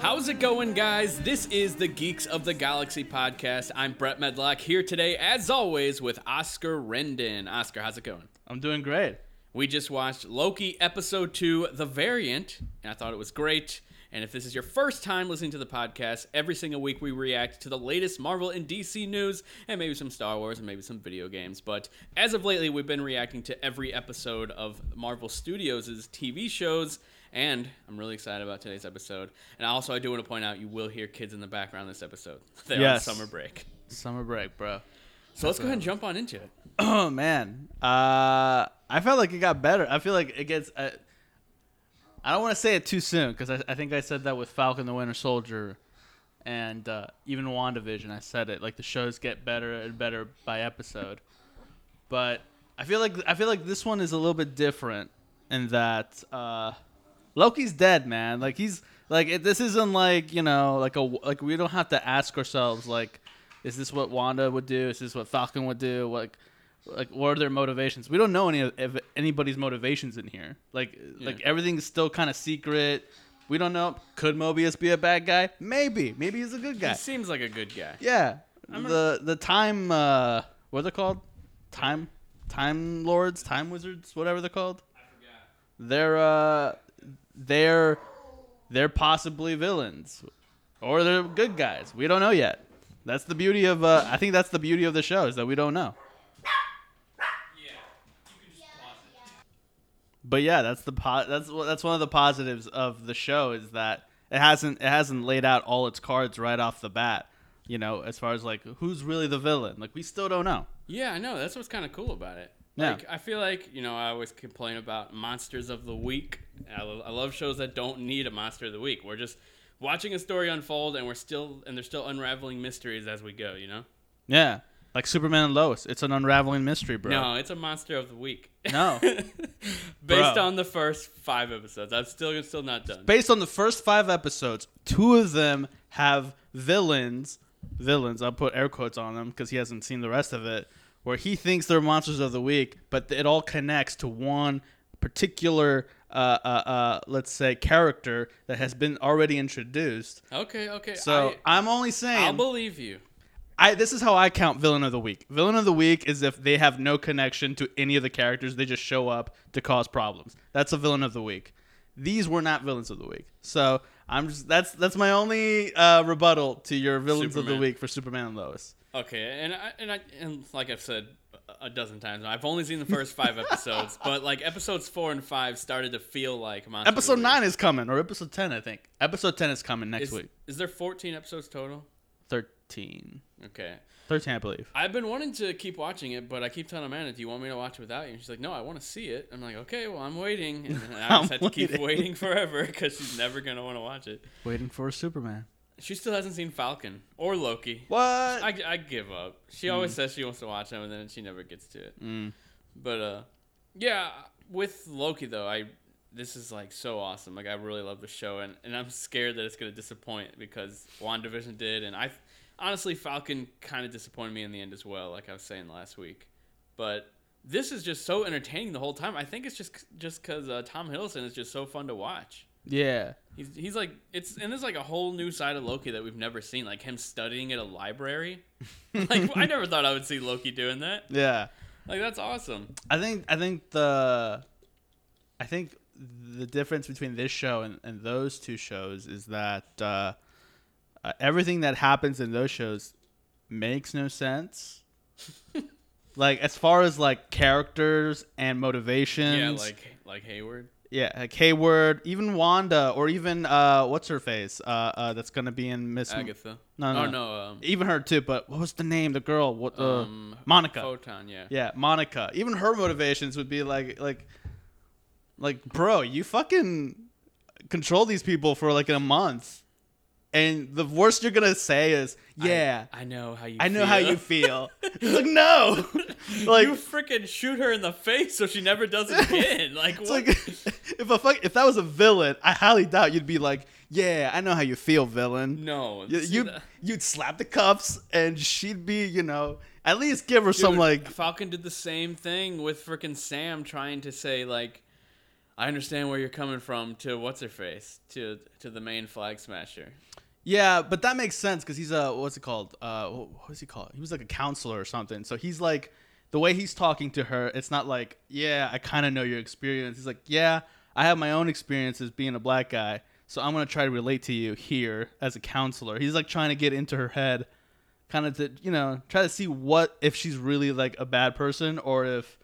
How's it going, guys? This is the Geeks of the Galaxy podcast. I'm Brett Medlock here today, as always, with Oscar Rendon. Oscar, how's it going? I'm doing great. We just watched Loki episode two, The Variant, and I thought it was great. And if this is your first time listening to the podcast, every single week we react to the latest Marvel and DC news, and maybe some Star Wars, and maybe some video games. But as of lately, we've been reacting to every episode of Marvel Studios' TV shows. And I'm really excited about today's episode. And also, I do want to point out you will hear kids in the background this episode. They're Yes. on summer break. Summer break, bro. So let's go ahead and jump on into it. Oh man, uh, I felt like it got better. I feel like it gets. Uh, I don't want to say it too soon because I, I think I said that with Falcon the Winter Soldier, and uh, even WandaVision. I said it like the shows get better and better by episode, but I feel like I feel like this one is a little bit different in that uh, Loki's dead, man. Like he's like it, this isn't like you know like a like we don't have to ask ourselves like. Is this what Wanda would do? Is this what Falcon would do? Like, like what are their motivations we don't know any of if anybody's motivations in here like like everything's still kind of secret we don't know could mobius be a bad guy maybe maybe he's a good He guy seems like a good guy. yeah the the time uh what are they called time time lords time wizards whatever they're called they're uh they're they're possibly villains or they're good guys we don't know yet that's the beauty of uh i think that's the beauty of the show is that we don't know but yeah, that's the po- that's wha- that's one of the positives of the show is that it hasn't it hasn't laid out all its cards right off the bat. You know, as far as like who's really the villain, like we still don't know. Yeah, I know. That's what's kind of cool about it. Yeah. Like, I feel like, you know, I always complain about monsters of the week. I, lo- I love shows that don't need a monster of the week. We're just watching a story unfold and we're still, and they're still unraveling mysteries as we go, you know? Yeah, like Superman and Lois, it's an unraveling mystery, bro. No, it's a monster of the week. No. Bro. Based on the first five episodes. I'm still, still not done. Based on the first five episodes, two of them have villains, villains. I'll put air quotes on them because he hasn't seen the rest of it. Where he thinks they're monsters of the week, but it all connects to one particular, uh, uh, uh, let's say, character that has been already introduced. okay, okay. So I, am only I, I'll saying, believe you. I this is how I count villain of the week. Villain of the week is if they have no connection to any of the characters, they just show up to cause problems. That's a villain of the week. These were not villains of the week. So I'm just that's that's my only uh, rebuttal to your villains of Superman. the week for Superman and Lois. Okay, and I, and I and like I've said a dozen times, now, I've only seen the first five episodes, but like episodes four and five started to feel like Monster Episode Week. nine is coming, or episode ten, I think. Episode ten is coming next Is, week. is there fourteen episodes total? Thirteen. Okay, Thirteen, I believe. I've been wanting to keep watching it, but I keep telling Amanda, "Do you want me to watch it without you?" And she's like, "No, I want to see it." I'm like, "Okay, well, I'm waiting," and then I I'm just have to keep waiting. waiting forever because she's never gonna want to watch it. Waiting for Superman. She still hasn't seen Falcon or Loki. What? I, I give up. She always says she wants to watch them, and then she never gets to it. But uh, yeah, with Loki though, I this is like so awesome. Like I really love the show, and, and I'm scared that it's gonna disappoint because Wandavision did, and I honestly Falcon kind of disappointed me in the end as well. Like I was saying last week, but this is just so entertaining the whole time. I think it's just just because uh, Tom Hiddleston is just so fun to watch. yeah. He's, he's like it's and there's like a whole new side of Loki that we've never seen, like him studying at a library. like I never thought I would see Loki doing that. Yeah. Like that's awesome. I think I think the I think the difference between this show and, and those two shows is that uh, uh, everything that happens in those shows makes no sense. like as far as like characters and motivations, Yeah, like like Hayward. yeah, like Hayward, even Wanda, or even uh, what's her face uh, uh, that's gonna be in Miss Agatha. No, no, Oh no. no, um, even her too. But what was the name? The girl, what uh, um, Monica. Photon, yeah. Yeah, Monica. Even her motivations would be like like like bro, you fucking control these people for like a month. And the worst you're gonna say is, I- Yeah, I, know how you I, know how you feel. it's like no. like you freaking shoot her in the face so she never does it again. Like it's what? like if a fuck if that was a villain, I highly doubt you'd be like, Yeah, I know how you feel, villain. no. You, see you that- you'd slap the cuffs and she'd be, you know, at least give her some Dude, like Falcon did the same thing with freaking Sam trying to say like I understand where you're coming from to what's her face to to the main flag smasher. Yeah, but that makes sense because he's a what's it called? Uh, what was he called? He was like a counselor or something. So he's like the way he's talking to her. It's not like yeah, I kind of know your experience. He's like yeah, I have my own experiences being a black guy, so I'm gonna try to relate to you here as a counselor. He's like trying to get into her head, kind of to you know try to see what if she's really like a bad person or if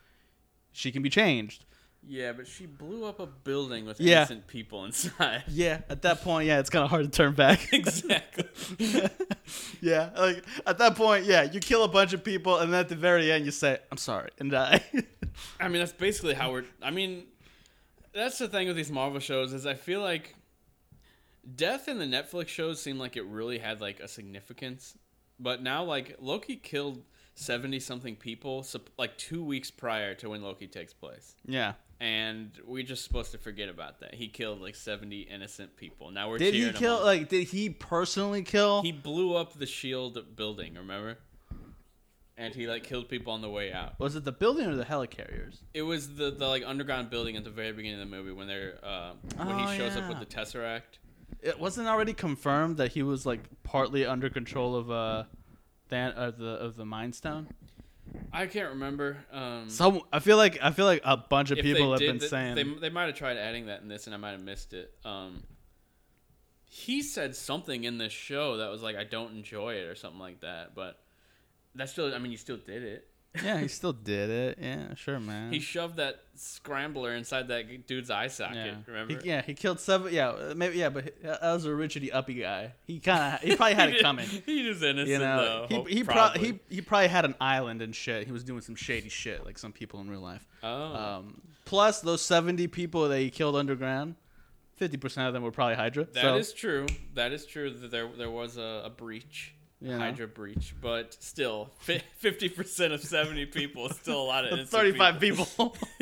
she can be changed. Yeah, but she blew up a building with Yeah. innocent people inside. Yeah, at that point, yeah, it's kind of hard to turn back. exactly. yeah, like at that point, yeah, you kill a bunch of people, and then at the very end, you say, "I'm sorry," and die. I mean, that's basically how we're. I mean, that's the thing with these Marvel shows is I feel like death in the Netflix shows seemed like it really had like a significance, but now like Loki killed seventy something people sup- like two weeks prior to when Loki takes place, yeah. and we're just supposed to forget about that. He killed like seventy innocent people. Now we're Did he cheering him kill? on. Like, did he personally kill? he blew up the Shield E building. Remember. And he like killed people on the way out. was it the building or the helicarriers? It was the, the like underground building at the very beginning of the movie when they're uh, when Oh, he shows up yeah. with the tesseract. It wasn't already confirmed that he was like partly under control of uh, Than- of the of the Mind Stone. Mm-hmm. I can't remember. Um, So I feel like I feel like a bunch of if people have did been that- saying they, they might have tried adding that in this, and I might have missed it. Um, he said something in this show that was like, "I don't enjoy it" or something like that. But that's still. I mean, you still did it. yeah, he still did it. Yeah, sure, man. He shoved that scrambler inside that dude's eye socket. yeah. Remember? He, yeah, he killed seven. Yeah, uh, maybe. Yeah, but he- that was a Richard E. Uppy guy. He kind of, he probably had He it did- coming. He was innocent You know, though. Oh, he he, pro- probably. he he probably had an island and shit. He was doing some shady shit, like some people in real life. oh. Um, plus those seventy people that he killed underground, fifty percent of them were probably Hydra. That is so, true. That is true. That there there was a, a breach, a Yeah. Hydra breach, but still, fifty percent of seventy people is still a lot of that's innocent thirty-five people.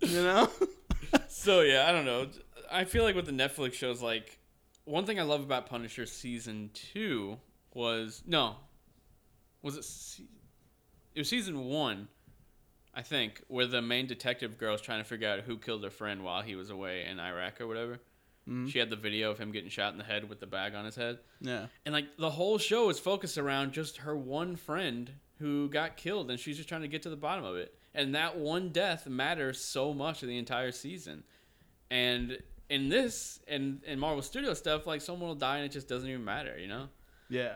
you know. so yeah, I don't know. I feel like with the Netflix shows, like one thing I love about Punisher season two was no, was it? Se- it was season one, I think, where the main detective girl's trying to figure out who killed her friend while he was away in Iraq or whatever. She had the video of him getting shot in the head with the bag on his head. Yeah. And like the whole show is focused around just her one friend who got killed, and she's just trying to get to the bottom of it. And that one death matters so much in the entire season. And in this and in Marvel Studio stuff, like someone will die and it just doesn't even matter, you know? Yeah.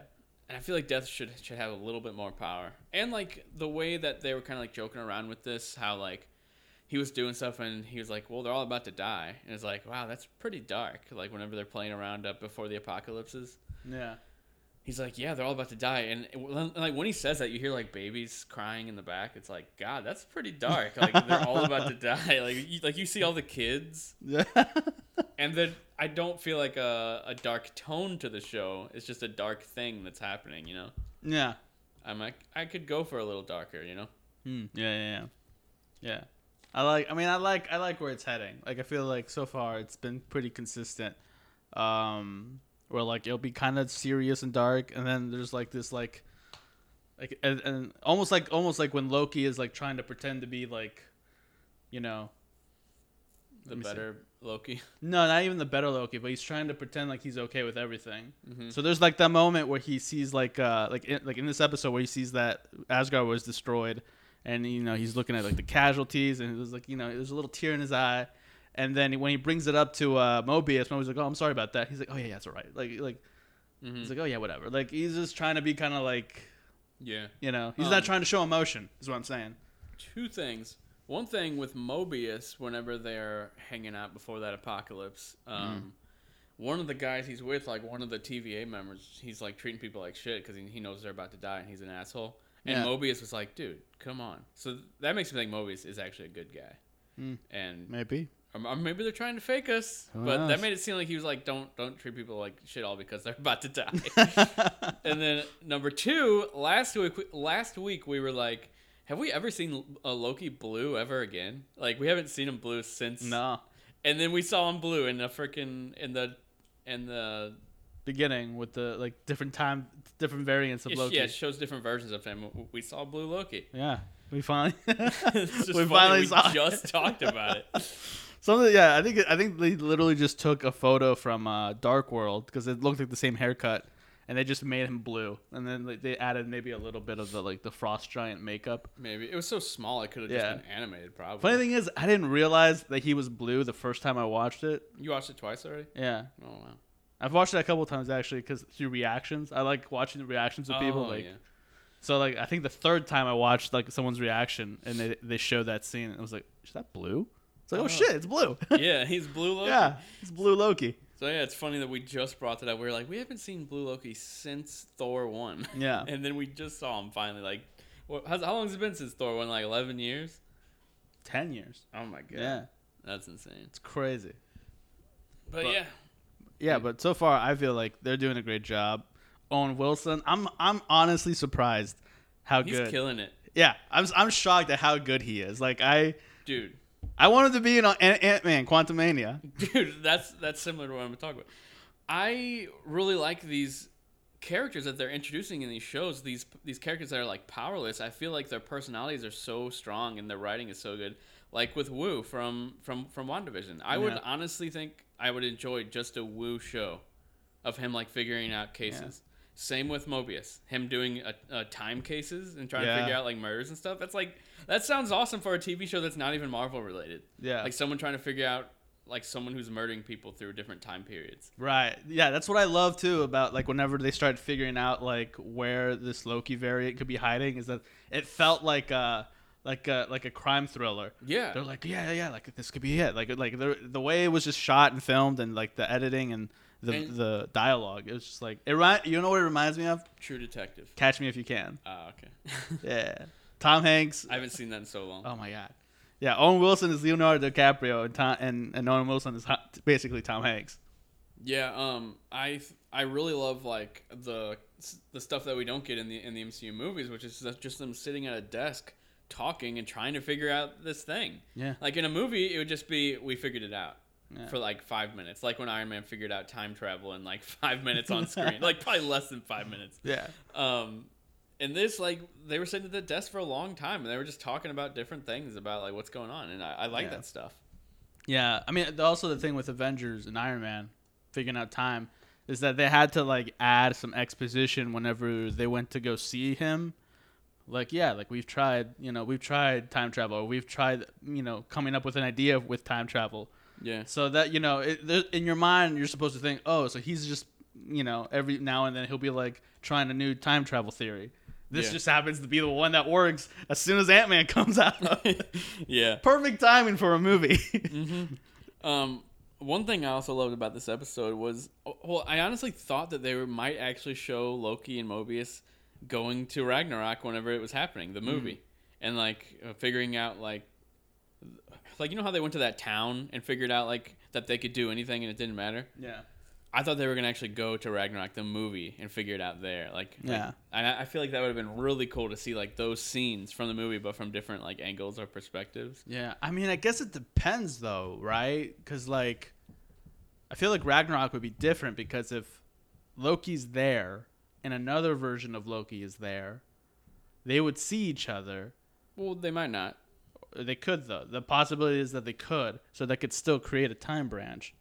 And I feel like death should should have a little bit more power. And like the way that they were kind of like joking around with this, how like he was doing stuff and he was like, "Well, they're all about to die," and it's like, "Wow, that's pretty dark." Like whenever they're playing around up before the apocalypses. Yeah. He's like, yeah, they're all about to die, and it- and, like when he says that, you hear like babies crying in the back. It's like, God, that's pretty dark. Like they're all about to die. Like you, like you see all the kids, Yeah. and then I don't feel like a, a dark tone to the show. It's just a dark thing that's happening. You know, yeah. I'm like, I could go for a little darker. You know, Hmm. Yeah, yeah, yeah. Yeah. I like I mean I like I like where it's heading. Like I feel like so far it's been pretty consistent. Um where like it'll be kind of serious and dark and then there's like this like like and, and almost like almost like when Loki is like trying to pretend to be like you know the me see. better Loki. no, not even the better Loki, but he's trying to pretend like he's okay with everything. Mhm. Mm-hmm. So there's like that moment where he sees like uh like in, like in this episode where he sees that Asgard was destroyed, and you know he's looking at like the casualties, and it was like you know there's a little tear in his eye, and then when he brings it up to uh, Mobius, Mobius like oh I'm sorry about that. He's like oh yeah, yeah that's all right. Like like Mhm. he's like oh yeah whatever. Like he's just trying to be kind of like Yeah. you know he's not Um, trying to show emotion is what I'm saying. two things. One thing with Mobius, whenever they're hanging out before that apocalypse, um, Mm-hmm. one of the guys he's with, like one of the TVA members, he's like treating people like shit because he, he knows they're about to die and he's an asshole. And Yeah. Mobius was like, dude, come on. So th- that makes me think Mobius is actually a good guy. Hmm. And Maybe or, or maybe they're trying to fake us, Who but that knows? made it seem like he was like, "Don't don't treat people like shit all because they're about to die." yeah And then number two, last week, last week we were like, have we ever seen a Loki blue ever again? Like we haven't seen him blue since. no And then we saw him blue in the freaking in the in the beginning with the like different time different variants of it, Loki. yeah it shows different versions of him. We saw blue Loki. Yeah, we finally it's just we funny, finally we saw. just it. talked about it. Something, yeah. I think I think they literally just took a photo from uh, Dark World because it looked like the same haircut, and they just made him blue, and then like, they added maybe a little bit of the like the frost giant makeup. Maybe it was so small it could have Yeah. just been animated. Probably. Funny thing is, I didn't realize that he was blue the first time I watched it. you watched it twice already. Yeah, Oh wow. I've watched it a couple times actually because through reactions, I like watching the reactions of people. Oh, Like, yeah. so like I think the third time I watched like someone's reaction and they they showed that scene, and I was like, is that blue? It's like, oh, Oh. shit, it's blue. yeah, he's Blue Loki. yeah, it's blue Loki. So yeah, it's funny that we just brought that up. We were like, we haven't seen Blue Loki since Thor one. Yeah. and then we just saw him finally. Like, what, how's, how long has it been since Thor one? Like eleven years. Ten years. Oh my god. Yeah, That's insane. it's crazy. But, But- yeah, Yeah, but so far I feel like they're doing a great job. Owen Wilson, I'm I'm honestly surprised how he's good. killing it, Yeah, I'm I'm shocked at how good he is. Like I dude. I wanted to be in Ant Man Quantumania. Dude, that's that's similar to what I'm talking about. I really like these characters that they're introducing in these shows. These these characters that are like powerless. I feel like their personalities are so strong and their writing is so good. Like with Wu from from from WandaVision, I would Yeah. honestly think I would enjoy just a Wu show of him like figuring out cases. Same with Mobius, him doing uh uh time cases and trying Yeah. to figure out like murders and stuff. That's like that sounds awesome for a TV show that's not even Marvel related. Yeah. like someone trying to figure out like someone who's murdering people through different time periods. Right. Yeah, that's what I love too about like whenever they started figuring out like where this Loki variant could be hiding is that it felt like a like a like a crime thriller. Yeah, They're like, yeah, yeah, yeah, like this could be it. Like like the the way it was just shot and filmed and like the editing and the And- the dialogue. It was just like it ri- you know what it reminds me of? True Detective. Catch Me If You Can. Ah, okay. Yeah. Tom Hanks. I haven't seen that in so long. Oh my god. Yeah, Owen Wilson is Leonardo DiCaprio and Tom, and, and Owen Wilson is ho- basically Tom Hanks. Yeah, um, I th- I really love like the the stuff that we don't get in the in the MCU movies, which is just- just them sitting at a desk talking and trying to figure out this thing. Yeah. Like in a movie, it would just be we figured it out Yeah. for like five minutes, like when Iron Man figured out time travel in like five minutes on screen, like probably less than five minutes. Yeah. Um, and this like they were sitting at the desk for a long time and they were just talking about different things about like what's going on, and I, I like Yeah. that stuff. Yeah, I mean, the- also the thing with Avengers and Iron Man figuring out time is that they had to like add some exposition whenever they went to go see him. Like, yeah, like we've tried, you know, we've tried time travel, or we've tried, you know, coming up with an idea with time travel. Yeah. So that you know, it, there, in your mind, you're supposed to think, oh, so he's just, you know, every now and then he'll be like trying a new time travel theory. This Yeah. just happens to be the one that works as soon as Ant Man comes out. yeah. Perfect timing for a movie. Um, one thing I also loved about this episode was, well, I honestly thought that they were, might actually show Loki and Mobius going to Ragnarok whenever it was happening, the movie, and like uh, figuring out like, like you know how they went to that town and figured out like that they could do anything and it didn't matter. yeah. I thought they were gonna actually go to Ragnarok the movie and figure it out there. Like, like- Yeah. and I, I feel like that would have been really cool to see like those scenes from the movie, but from different like angles or perspectives. Yeah, I mean, I guess it depends though, right? Because like, I feel like Ragnarok would be different because if Loki's there and another version of Loki is there, they would see each other. Well, they might not. They could though. The possibility is that they could, so they could still create a time branch.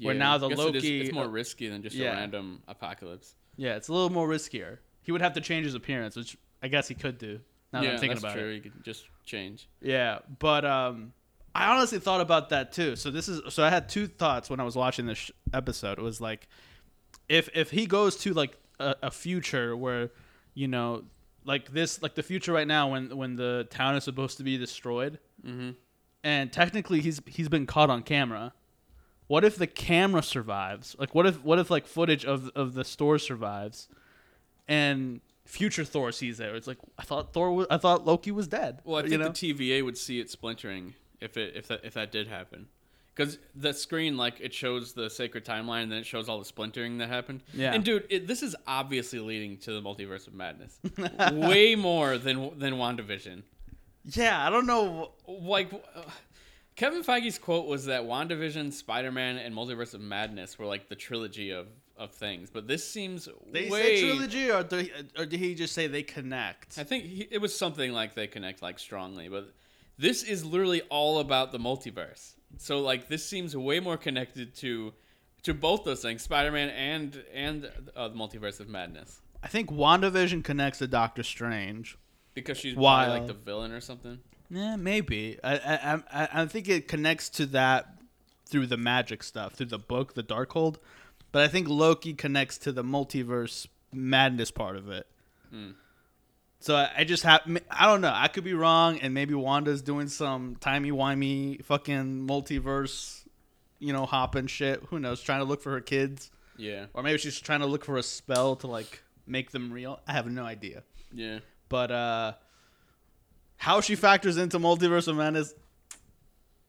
Where Yeah, now I the guess it is- Loki- uh, it's more risky than just Yeah. a random apocalypse. Yeah, it's a little more riskier. He would have to change his appearance, which I guess he could do. Now yeah, that I'm thinking that's about true. it. You could just change. Yeah, but um, I honestly thought about that too. So this is so I had two thoughts when I was watching this sh- episode. It was like, if if he goes to like a, a future where, you know, like this, like the future right now when when the town is supposed to be destroyed, Mm-hmm. and technically he's he's been caught on camera. What if the camera survives? Like what if what if like footage of of the store survives, and future Thor sees it? It's like I thought Thor, was, I thought Loki was dead. Well, I you think know? the TVA would see it splintering if it if that if that did happen, because the screen like it shows the sacred timeline and then it shows all the splintering that happened. Yeah. And dude, it, this is obviously leading to the multiverse of madness, way more than than Wandavision. Yeah, I don't know. Like. Uh, Kevin Feige's quote was that WandaVision, Spider-Man, and Multiverse of Madness were like the trilogy of, of things, but this seems They way say trilogy, or, do- or did he just say they connect? I think he, it was something like they connect like strongly, but this is literally all about the multiverse. So like this seems way more connected to to both those things, Spider-Man and and uh, the Multiverse of Madness, I think WandaVision connects to Doctor Strange. because she's probably Wild. like the villain or something. Yeah, maybe. I, I I I think it connects to that through the magic stuff, through the book, the Darkhold. But I think Loki connects to the multiverse madness part of it. So I, I just have I don't know. I could be wrong, and maybe Wanda's doing some timey wimey fucking multiverse, you know, hopping shit. Who knows? Trying to look for her kids, Yeah, or maybe she's trying to look for a spell to like make them real. I have no idea yeah. but uh how she factors into multiverse of madness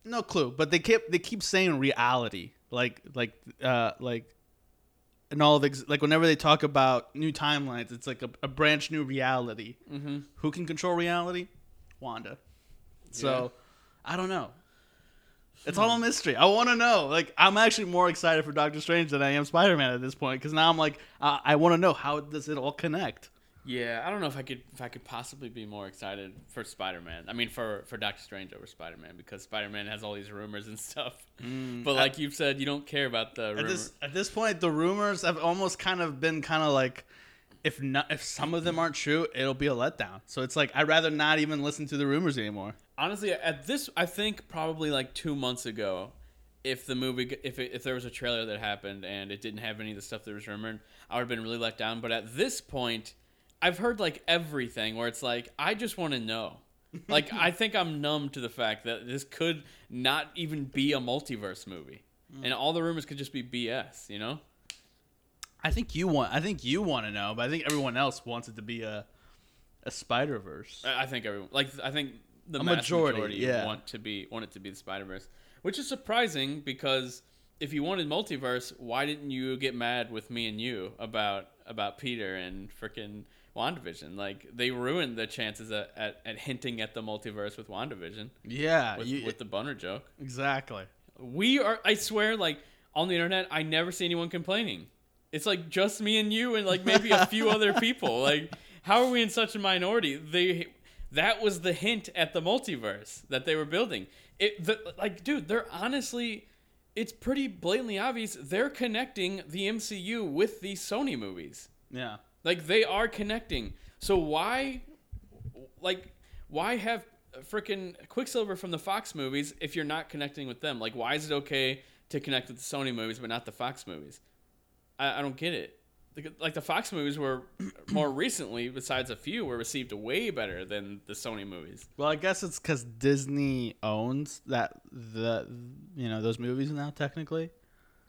no clue but they keep they keep saying reality like like uh like and all of ex- like whenever they talk about new timelines it's like a, a branch new reality Mm-hmm. who can control reality wanda so i don't know it's Hmm. all a mystery. I want to know. Like, I'm actually more excited for Doctor Strange than I am Spider-Man at this point because now I'm like, I, I want to know how does it all connect. Yeah, I don't know if I could if I could possibly be more excited for Spider Man. I mean, for for Doctor Strange over Spider Man because Spider Man has all these rumors and stuff. but like you've said, you don't care about the Mm. at rumors. this at this point the rumors have almost kind of been kind of like if not if some of them aren't true it'll be a letdown so it's like i'd rather not even listen to the rumors anymore Honestly, at this, I think probably like two months ago, if the movie g- if it, if there was a trailer that happened and it didn't have any of the stuff that was rumored, I would have been really let down. But at this point, I've heard like everything where it's like I just want to know. Like I think I'm numb to the fact that this could not even be a multiverse movie, and all the rumors could just be BS. You know? i think you want i think you want to know but i think everyone else wants it to be a a spider verse I I think everyone like I think the A mass majority, majority, yeah. want to be want it to be the Spider Verse, which is surprising because if you wanted multiverse, why didn't you get mad with me and you about about Peter and freaking Wandavision? Like they ruined the chances at, at, at hinting at the multiverse with Wandavision yeah with, you- with the Bunner joke. exactly We are I swear like on the internet I never see anyone complaining. It's like just me and you and like maybe a few other people. Like how are we in such a minority? They that was the hint at the multiverse that they were building. It the, like dude, they're honestly it's pretty blatantly obvious they're connecting the MCU with these Sony movies. yeah Like they are connecting. So why, like, why have freaking Quicksilver from the Fox movies if you're not connecting with them? Like, why is it okay to connect with the Sony movies but not the Fox movies? I, I don't get it. Like- Like the Fox movies were more recently, besides a few, were received way better than the Sony movies. well i guess it's because disney owns that the you know those movies now technically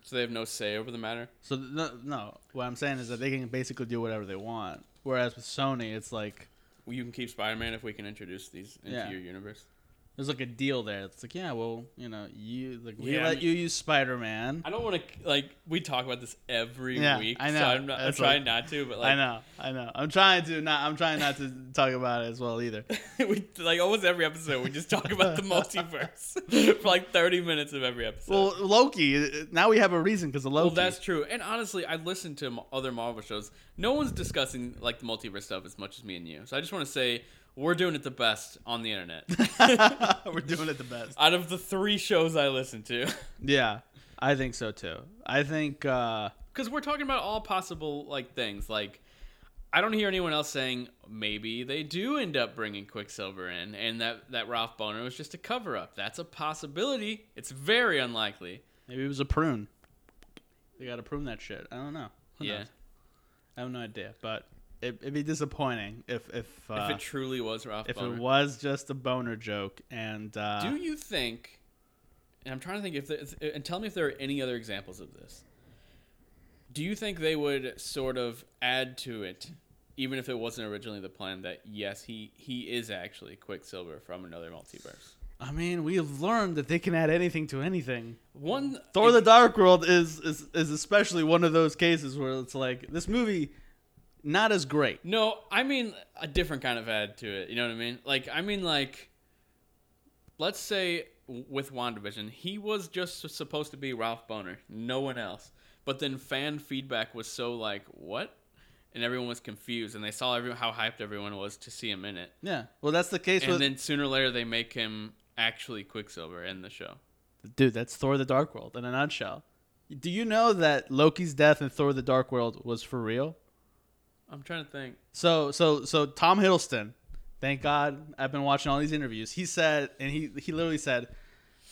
So they have no say over the matter. So th- no, no, what I'm saying is that they can basically do whatever they want. Whereas with Sony, it's like Well, you can keep Spider Man if we can introduce these into Yeah. your universe. there's like a deal there. It's like yeah, well, you know, you like we Yeah, I let mean- you use Spider Man. I don't want to like we talk about this every Yeah, week. I know. So I'm, not, I'm That's trying like- not to, but like I know, I know. I'm trying to not. I'm trying not to talk about it as well either. we like almost every episode we just talk about the multiverse for like 30 minutes of every episode. Well, Loki. uh, Now we have a reason because of Loki. Well, that's true. And honestly, I listen to m- other Marvel shows. No one's discussing like the multiverse stuff as much as me and you. So I just want to say we're doing it the best on the internet. We're doing it the best. Out of the three shows I listen to, Yeah, I think so too. I think. uh because we're talking about all possible like things. Like I don't hear anyone else saying maybe they do end up bringing Quicksilver in, and that that Ralph Boner was just a cover up. That's a possibility. It's very unlikely. Maybe it was a prune. They got to prune that shit. I don't know. Who yeah. knows? I have no idea, but it, it'd be disappointing if if uh, if it truly was Ralph if Boner. it was just a boner joke and uh, Do you think? And I'm trying to think if there, and tell me if there are any other examples of this. Do you think they would sort of add to it, even if it wasn't originally the plan? That yes, he he is actually Quicksilver from another multiverse. I mean, we've learned that they can add anything to anything. One Thor: The Dark World is, is is especially one of those cases where it's like this movie, not as great. No, I mean a different kind of add to it. You know what I mean? Like I mean like let's say w- with WandaVision, he was just supposed to be Ralph Boner, no one else. But then fan feedback was so like, "What?" and everyone was confused and they saw every, how hyped everyone was to see him in it. Yeah. Well, that's the case And with then sooner or later they make him actually Quicksilver in the show. dude, that's Thor: The Dark World in a nutshell. Do you know that Loki's death in Thor: The Dark World was for real? I'm trying to think. So so so Tom Hiddleston, thank God I've been watching all these interviews. He said and he he literally said,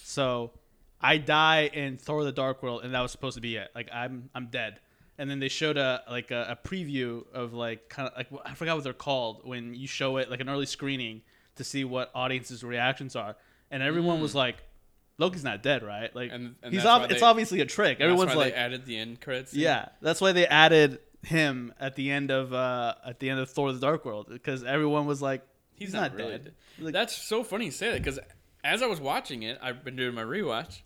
So I die in Thor the Dark World and that was supposed to be it. Like I'm I'm dead. And then they showed a like a, a preview of like kind of like I forgot what they're called when you show it like an early screening to see what audiences' reactions are. And everyone was like, Loki's not dead, right? Like Mm. And- and he's that's ob- why it's they- obviously a trick. Everyone's That's why like they added the end credits. in. yeah, that's why they added him at the end of uh at the end of Thor: The Dark World because everyone was like, he's, not, really dead. dead. Like- That's so funny you say that because as I was watching it, I've been doing my rewatch.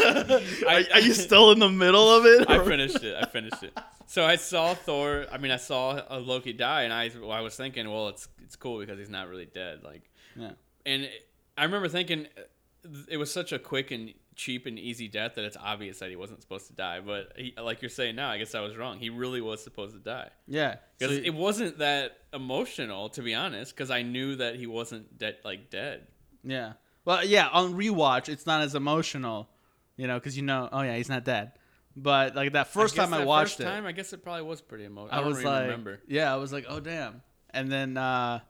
are, are you still in the middle of it? I or- finished it. I finished it. So I saw Thor. I mean, I saw uh, Loki die, and I well, I was thinking, well, it's it's cool because he's not really dead. Like, Yeah. and it- I remember thinking uh, th- it was such a quick and cheap and easy death that it's obvious that he wasn't supposed to die. But he, like you're saying now, I guess I was wrong. He really was supposed to die. yeah. Because So- it wasn't that emotional, to be honest. Because I knew that he wasn't de- like dead. yeah. Well, yeah. On rewatch, it's not as emotional, you know, because you know, oh yeah, he's not dead. But like that first guess time I that watched first it, time, I guess it probably was pretty emotional. I, I don't was even like, remember. yeah, I was like, oh damn. And then, uh,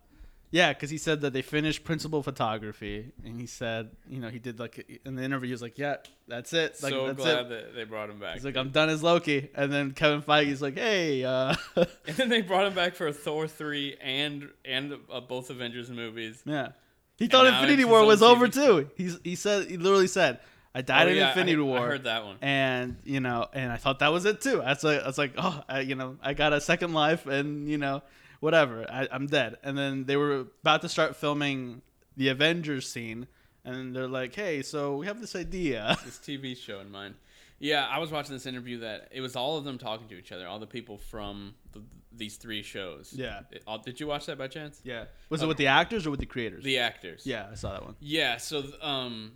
yeah, because he said that they finished principal photography, and he said, you know, he did like in the interview, he was like, yeah, that's it. Like, so that's glad it. that they brought him back. He's like, I'm done as Loki, and then Kevin Feige's like, hey, uh, And then they brought him back for Thor three and and uh, both Avengers movies. yeah. He thought now Infinity it's War his was own over TV too. He's he said he literally said, I died Oh, in yeah, Infinity I, War, I heard that one. and you know, and I thought that was it too. I was like, I was like, oh, I, you know, I got a second life, and you know, whatever, I, I'm dead. And then they were about to start filming the Avengers scene, and they're like, hey, so we have this idea. This TV show in mind. Yeah, I was watching this interview that it was all of them talking to each other, all the people from the, these three shows. Yeah. It- all- did you watch that by chance? yeah, was it with the actors or with the creators? The actors. yeah, I saw that one. Yeah. So th- um,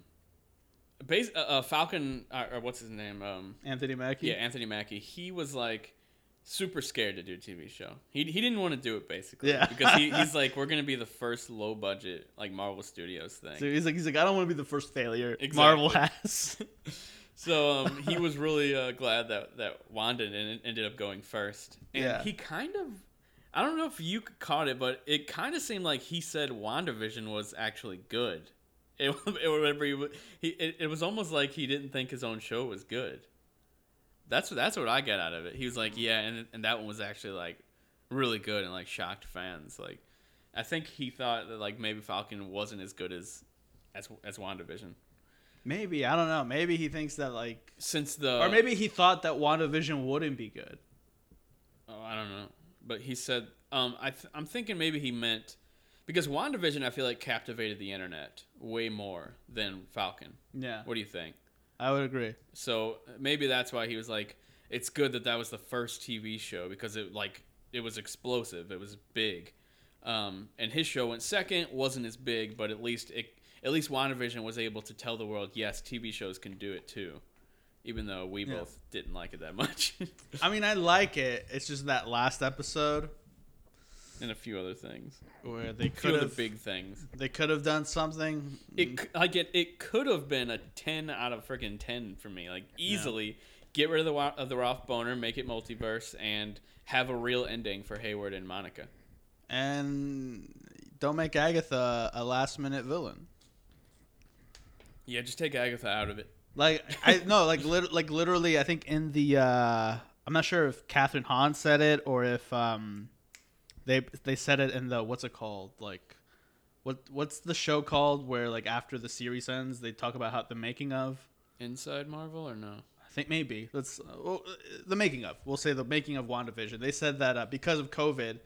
base uh, uh, Falcon uh, or what's his name? Um, Anthony Mackie. yeah, Anthony Mackie. He was like super scared to do a TV show. He, he didn't want to do it basically. Yeah. Because he, he's like, we're gonna be the first low budget like Marvel Studios thing. So he's like, he's like, I don't want to be the first failure Exactly. Marvel has. So um, he was really uh, glad that that Wanda en- ended up going first, and Yeah. he kind of. I don't know if you caught it, but it kind of seemed like he said WandaVision was actually good. It, it, whatever he, wa- he it, it was almost like he didn't think his own show was good. That's that's what I got out of it. He was like, yeah, and and that one was actually like really good and like shocked fans. Like, I think he thought that like maybe Falcon wasn't as good as as as WandaVision maybe I don't know. Maybe he thinks that like, since the or maybe he thought that WandaVision wouldn't be good. Oh, I don't know. But he said, um, I th- I'm thinking maybe he meant because WandaVision, I feel like captivated the internet way more than Falcon. Yeah, What do you think? I would agree. So uh, maybe that's why he was like, it's good that that was the first TV show because it like it was explosive, it was big, um, and his show went second, wasn't as big, but at least it at least WandaVision was able to tell the world, yes, TV shows can do it too, even though we Yeah. both didn't like it that much, I mean, I like it. It's just that last episode and a few other things, where they a few could other have big things. Mm-hmm. they could have done something. It c- like it, it could have been a ten out of freaking ten for me. Like easily get rid of the Wa- of the Ralph Boner, make it multiverse, and have a real ending for Hayward and Monica. and don't make Agatha a last minute villain. Yeah, just take Agatha out of it. Like I no, like lit- like literally, I think in the uh I'm not sure if Catherine Hahn said it or if um they they said it in the what's it called like what what's the show called where like after the series ends they talk about how the making of Inside Marvel or no? I think maybe let's well, uh, the making of we'll say the making of WandaVision. They said that uh, because of COVID,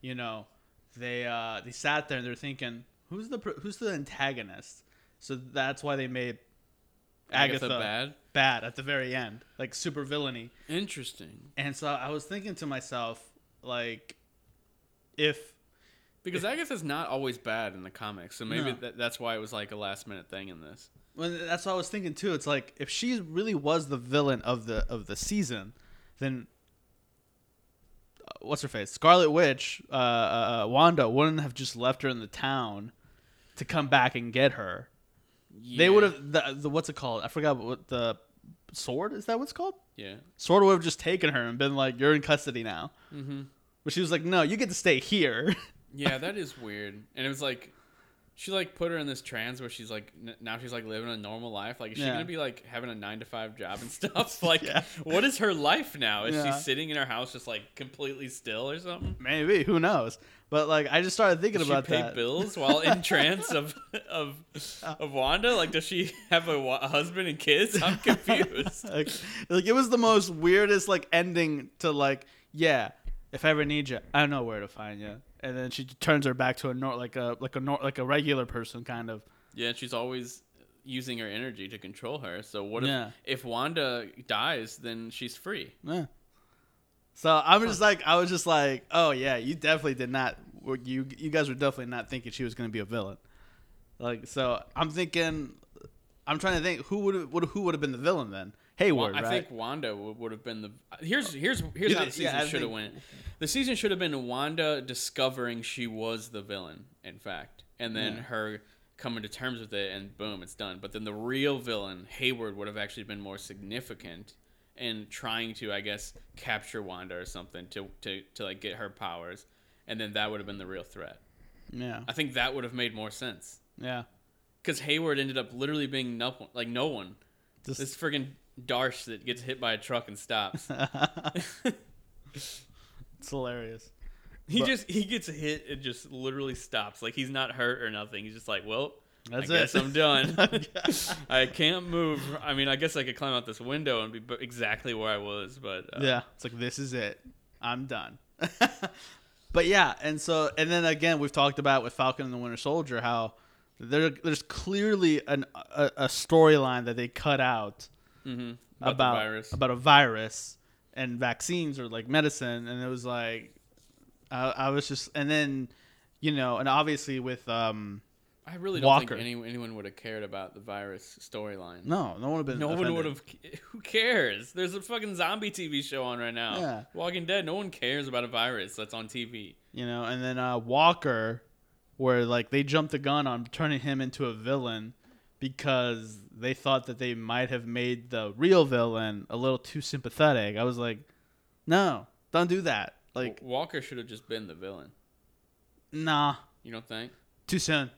you know, they uh, they sat there and they're thinking who's the pr- who's the antagonist. So that's why they made Agatha, bad. bad at the very end, like super villainy. Interesting, And so I was thinking to myself, like, if because Agatha's not always bad in the comics, so maybe No. that, that's why it was like a last minute thing in this. Well, that's what I was thinking too. It's like if she really was the villain of the of the season, then uh, what's her face, Scarlet Witch, uh, uh, uh, Wanda wouldn't have just left her in the town to come back and get her. They would have the, the what's it called? I forgot what the sword is. That what's called? Yeah. Sword would have just taken her and been like, "You're in custody now." Mm-hmm. But she was like, "No, you get to stay here." Yeah, that is weird. And it was like, she like put her in this trance where she's like, n- now she's like living a normal life. Like, is she Yeah. gonna be like having a nine to five job and stuff? like, Yeah. what is her life now? Is Yeah. she sitting in her house just like completely still or something? Maybe who knows? But like, I just started thinking Does she about pay that. Uh. bills while in trance of of of Wanda? Like, does she have a, wa- a husband and kids? I'm confused. like, like, it was the most weirdest like ending to like, yeah, if I ever need you, I know where to find you. And then she turns her back to a nor- like a like a nor- like a regular person kind of. yeah, she's always using her energy to control her. So what if Yeah. if Wanda dies, then she's free? Yeah. Eh. So I'm just like I was just like, oh yeah, you definitely did not. were- You you guys were definitely not thinking she was gonna be a villain. Like so, I'm thinking, I'm trying to think who would would who would have been the villain then? Wa- Hayward, I right? think Wanda would, would have been the here's here's here's You how the think- season yeah, I should have think- went. The season should have been Wanda discovering she was the villain, in fact, and then Yeah. her coming to terms with it, and boom, it's done. But then the real villain, Hayward, would have actually been more significant in trying to, I guess, capture Wanda or something to to to like get her powers, and then that would have been the real threat. yeah, I think that would have made more sense yeah. because Hayward ended up literally being no like no one. Just, This friggin' Darsh that gets hit by a truck and stops. it's hilarious. He But- just he gets hit and just literally stops. Like he's not hurt or nothing. He's just like, well, That's I guess it. I'm done. I can't move. I mean, I guess I could climb out this window and be b- exactly where I was, but uh, yeah, it's like this is it. I'm done. but yeah, and so and then again, we've talked about with Falcon and the Winter Soldier how there there's clearly an a, a storyline that they cut out mhm, about about the virus. about a virus and vaccines or like medicine, and it was like I, I was just and then you know and obviously with um I really don't Walker. think anyone, anyone would have cared about the virus storyline. no no one would have been No one offended. would have. Who cares? There's a fucking zombie TV show on right now. Yeah. Walking Dead. No one cares about a virus that's on TV. you know and then uh walker where like they jumped the gun on turning him into a villain because they thought that they might have made the real villain a little too sympathetic i was like no don't do that like W- Walker should have just been the villain. nah You don't think? too soon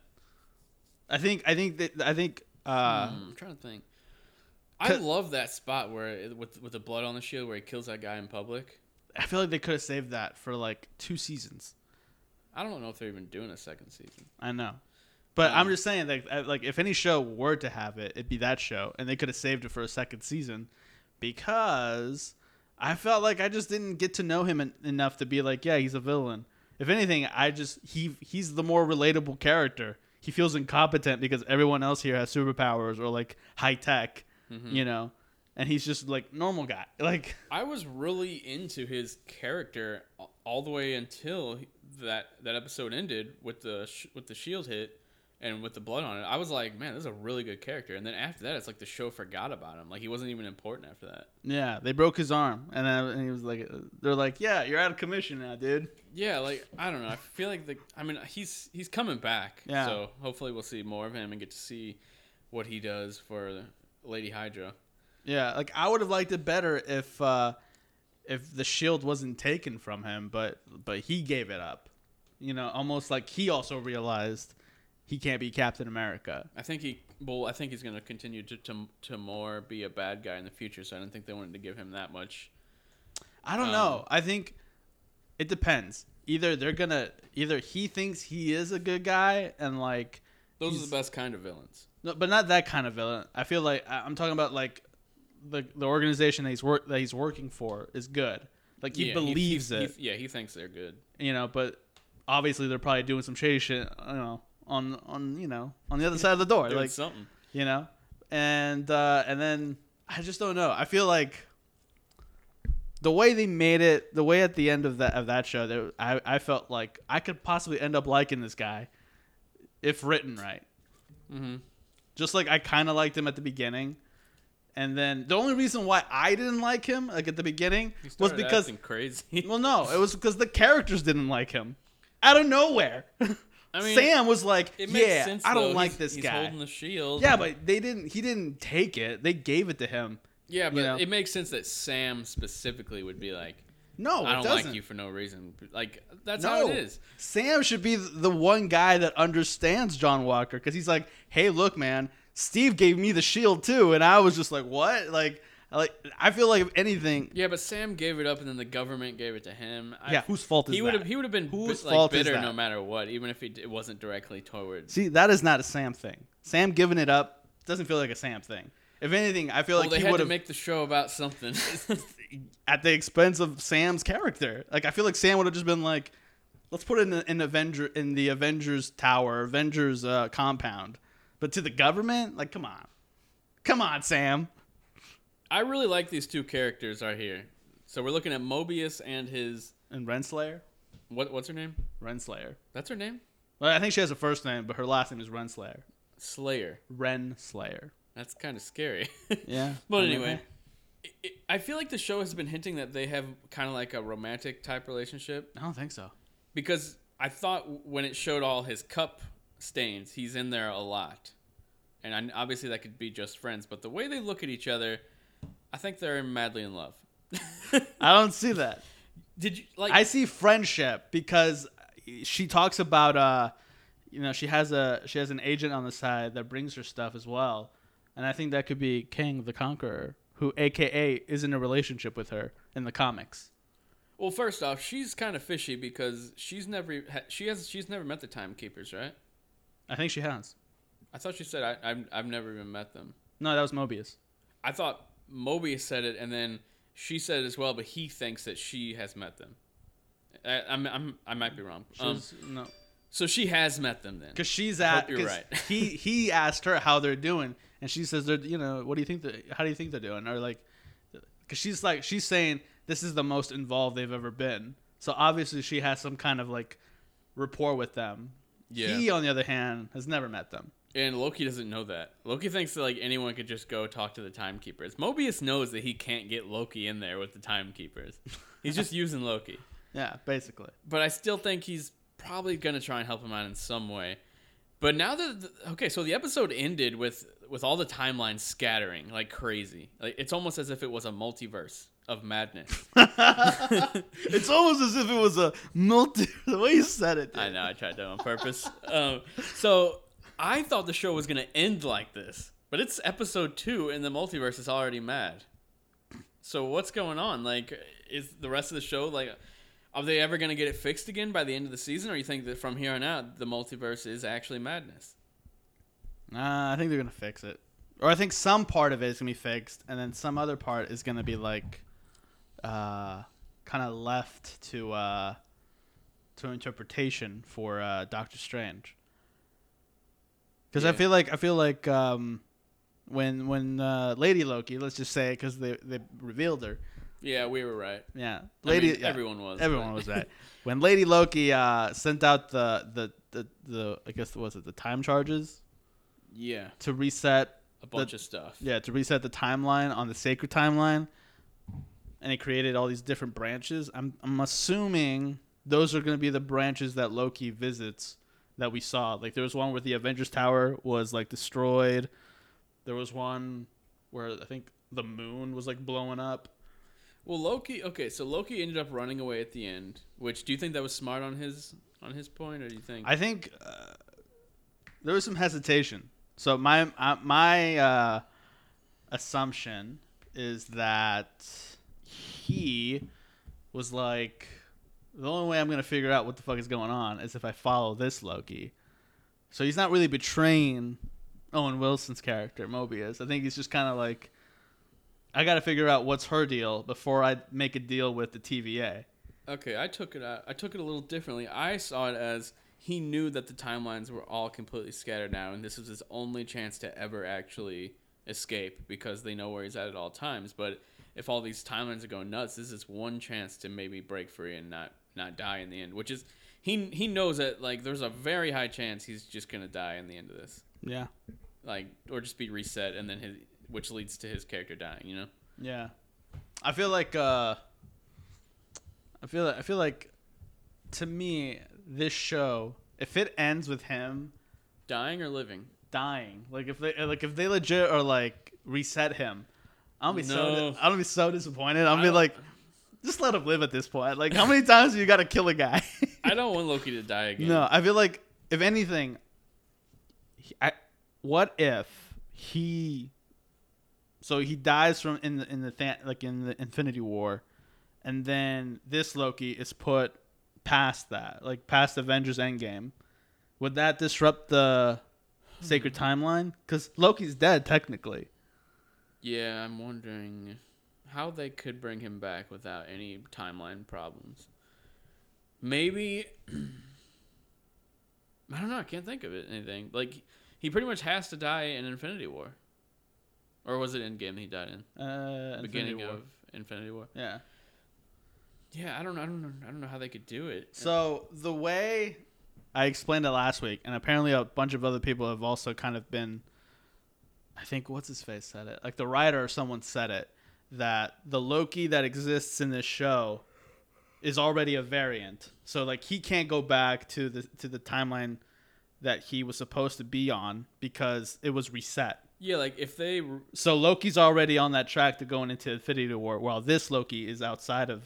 i think i think that i think uh Mm, I'm trying to think. I Cut- love that spot where it, with with the blood on the shield where he kills that guy in public. i feel like they could have saved that for like two seasons I don't know if they're even doing a second season. i know but I'm Um, just saying, like, I- like if any show were to have it, it'd be that show, and they could have saved it for a second season, because I felt like I just didn't get to know him en- enough to be like, yeah, he's a villain. If anything, I just he he's the more relatable character. He feels incompetent because everyone else here has superpowers or like high tech, you know, and he's just like normal guy. Like, I was really into his character a- all the way until he- that that episode ended with the sh- with the shield hit and with the blood on it. I was like, man, this is a really good character. And then after that, it's like the show forgot about him. Like he wasn't even important after that. yeah, they broke his arm, and, then, and he was like, they're like, yeah, you're out of commission now, dude. Yeah, like I don't know. I feel like the I mean he's he's coming back. Yeah. So hopefully we'll see more of him and get to see what he does for Lady Hydra. Yeah, like I would have liked it better if uh if the shield wasn't taken from him, but but he gave it up. You know, almost like he also realized he can't be Captain America. I think he well I think he's going to continue to to to more be a bad guy in the future. So I don't think they wanted to give him that much. I don't Um, know. I think it depends. Either they're going to either he thinks he is a good guy and like Those are He's- the best kind of villains. no, but not that kind of villain. I feel like I- I'm talking about like the the organization that he's work that he's working for is good. Like he Yeah, believes he, it. he- yeah, he thinks they're good. you know, but obviously they're probably doing some shady shit, you know, on on you know on the other side of the door, Doing like something. you know, and uh, and then I just don't know. I feel like the way they made it, the way at the end of that of that show, there, I I felt like I could possibly end up liking this guy if written right. Mm-hmm. Just like I kind of liked him at the beginning. And then the only reason why I didn't like him, like at the beginning, He was started because acting crazy. well, no, it was because the characters didn't like him out of nowhere. I mean, Sam was like, It makes "Yeah, sense, I don't though. like He's- this he's guy." holding the shield. yeah, but they didn't. He didn't take it. They gave it to him. yeah, but know. it makes sense that Sam specifically would be like, No, I it don't doesn't. like you for no reason. Like that's no, how it is. Sam should be th- the one guy that understands John Walker because he's like, "Hey, look, man, Steve gave me the shield too," and I was just like, "What?" Like, like I feel like if anything, Yeah, but Sam gave it up, and then the government gave it to him. I- yeah, whose fault is he that? would have he would have been bi- Whose like, fault is bitter that? no matter what, even if he d- it wasn't directly towards. See, that is not a Sam thing. Sam giving it up doesn't feel like a Sam thing. If anything, I feel Well, like they he had would to have make the show about something. at the expense of Sam's character. Like I feel like Sam would have just been like, let's put it in the in Avenger in the Avengers Tower, Avengers uh, compound. But to the government, like, come on, come on, Sam. I really like these two characters right here. So we're looking at Mobius and his And Renslayer, what what's her name? Renslayer. That's her name? Well, I think she has a first name, but her last name is Renslayer. Slayer. Renslayer. That's kind of scary. Yeah. But anyway, i i- I feel like the show has been hinting that they have kind of like a romantic type relationship I don't think so. because I thought w- when it showed all his cup stains, he's in there a lot, and I, obviously that could be just friends. But the way they look at each other, I think they're madly in love. I don't see that. Did you like? I see friendship because she talks about uh you know she has a she has an agent on the side that brings her stuff as well and I think that could be King the Conqueror who aka is in a relationship with her in the comics. well, first off, she's kind of fishy because she's never e, ha- she has she's never met the timekeepers, right? I think she has. I thought she said I, I've I've never even met them. No, that was Mobius. I thought Mobius said it, and then she said it as well, but he thinks that she has met them. I, I'm, I'm, I might be wrong. She Um, was, no, so she has met them then. because she's hope at. you're 'cause right. he he asked her how they're doing, and she says they're you know what do you think that how do you think they're doing or like, because she's like she's saying this is the most involved they've ever been. So obviously she has some kind of like rapport with them. Yeah. He on the other hand has never met them. And Loki doesn't know that. Loki thinks that like anyone could just go talk to the timekeepers. Mobius knows that he can't get Loki in there with the timekeepers. He's just using Loki. Yeah, basically. But I still think he's probably gonna try and help him out in some way. But now that the, okay, so the episode ended with with all the timelines scattering like crazy. Like it's almost as if it was a multiverse of madness. it's almost as if it was a multi. The way you said it. Dude. I know I tried that on purpose. um, so I thought the show was gonna end like this, but it's episode two, and the multiverse is already mad. So what's going on? Like, is the rest of the show like? Are they ever gonna get it fixed again by the end of the season, or you think that from here on out the multiverse is actually madness? Nah, I think they're gonna fix it, or I think some part of it is gonna be fixed, and then some other part is gonna be like, uh, kind of left to uh, to interpretation for uh, Doctor Strange. Because I Yeah. feel like I feel like um, when when uh, Lady Loki, let's just say, because they they revealed her, Yeah, we were right. yeah, I Lady, mean, yeah. everyone was. Everyone but- was right. When Lady Loki uh, sent out the, the, the, the I guess was it the time charges yeah, to reset a bunch of stuff. yeah, to reset the timeline on the sacred timeline, and it created all these different branches. I'm I'm assuming those are going to be the branches that Loki visits that we saw. Like there was one where the Avengers Tower was like destroyed. There was one where I think the moon was like blowing up. Well, Loki. Okay, so Loki ended up running away at the end. Which do you think that was smart on his on his point, or do you think? I think uh, there was some hesitation. So my uh, my uh, assumption is that he was like, the only way I'm gonna figure out what the fuck is going on is if I follow this Loki. So he's not really betraying Owen Wilson's character Mobius. I think he's just kind of like, I gotta figure out what's her deal before I make a deal with the TVA. Okay, I took it out. I took it a little differently. I saw it as he knew that the timelines were all completely scattered now, and this was his only chance to ever actually escape because they know where he's at at all times. But if all these timelines are going nuts, this is one chance to maybe break free and not not die in the end. Which is he he knows that like there's a very high chance he's just gonna die in the end of this, Yeah. like or just be reset, and then his which leads to his character dying. You know. Yeah, I feel like uh, I feel I feel like to me this show if it ends with him Dying or living? dying, like if they like if they legit are like reset him, I'll be so No. I'll be so disappointed. I'll I be don't- like, just let him live at this point. Like how many times do you got to kill a guy? I don't want Loki to die again. No, I feel like if anything, he- I, what if he, so he dies from in the in the Than- like in the Infinity War, and then this Loki is put past that, like past Avengers Endgame. Would that disrupt the sacred Hmm. timeline? Because Loki's dead technically. Yeah, I'm wondering how they could bring him back without any timeline problems. Maybe I don't know. I can't think of it. Anything like he pretty much has to die in Infinity War, or was it Endgame he died in? Uh, Beginning Infinity War. of Infinity War. yeah. Yeah, I don't know. I don't know. I don't know how they could do it. So the way I explained it last week, and apparently a bunch of other people have also kind of been, I think what's his face said it, like the writer or someone said it, that the Loki that exists in this show is already a variant. So like he can't go back to the to the timeline that he was supposed to be on because it was reset. yeah, like if they r- So Loki's already on that track to going into Infinity War, while this Loki is outside of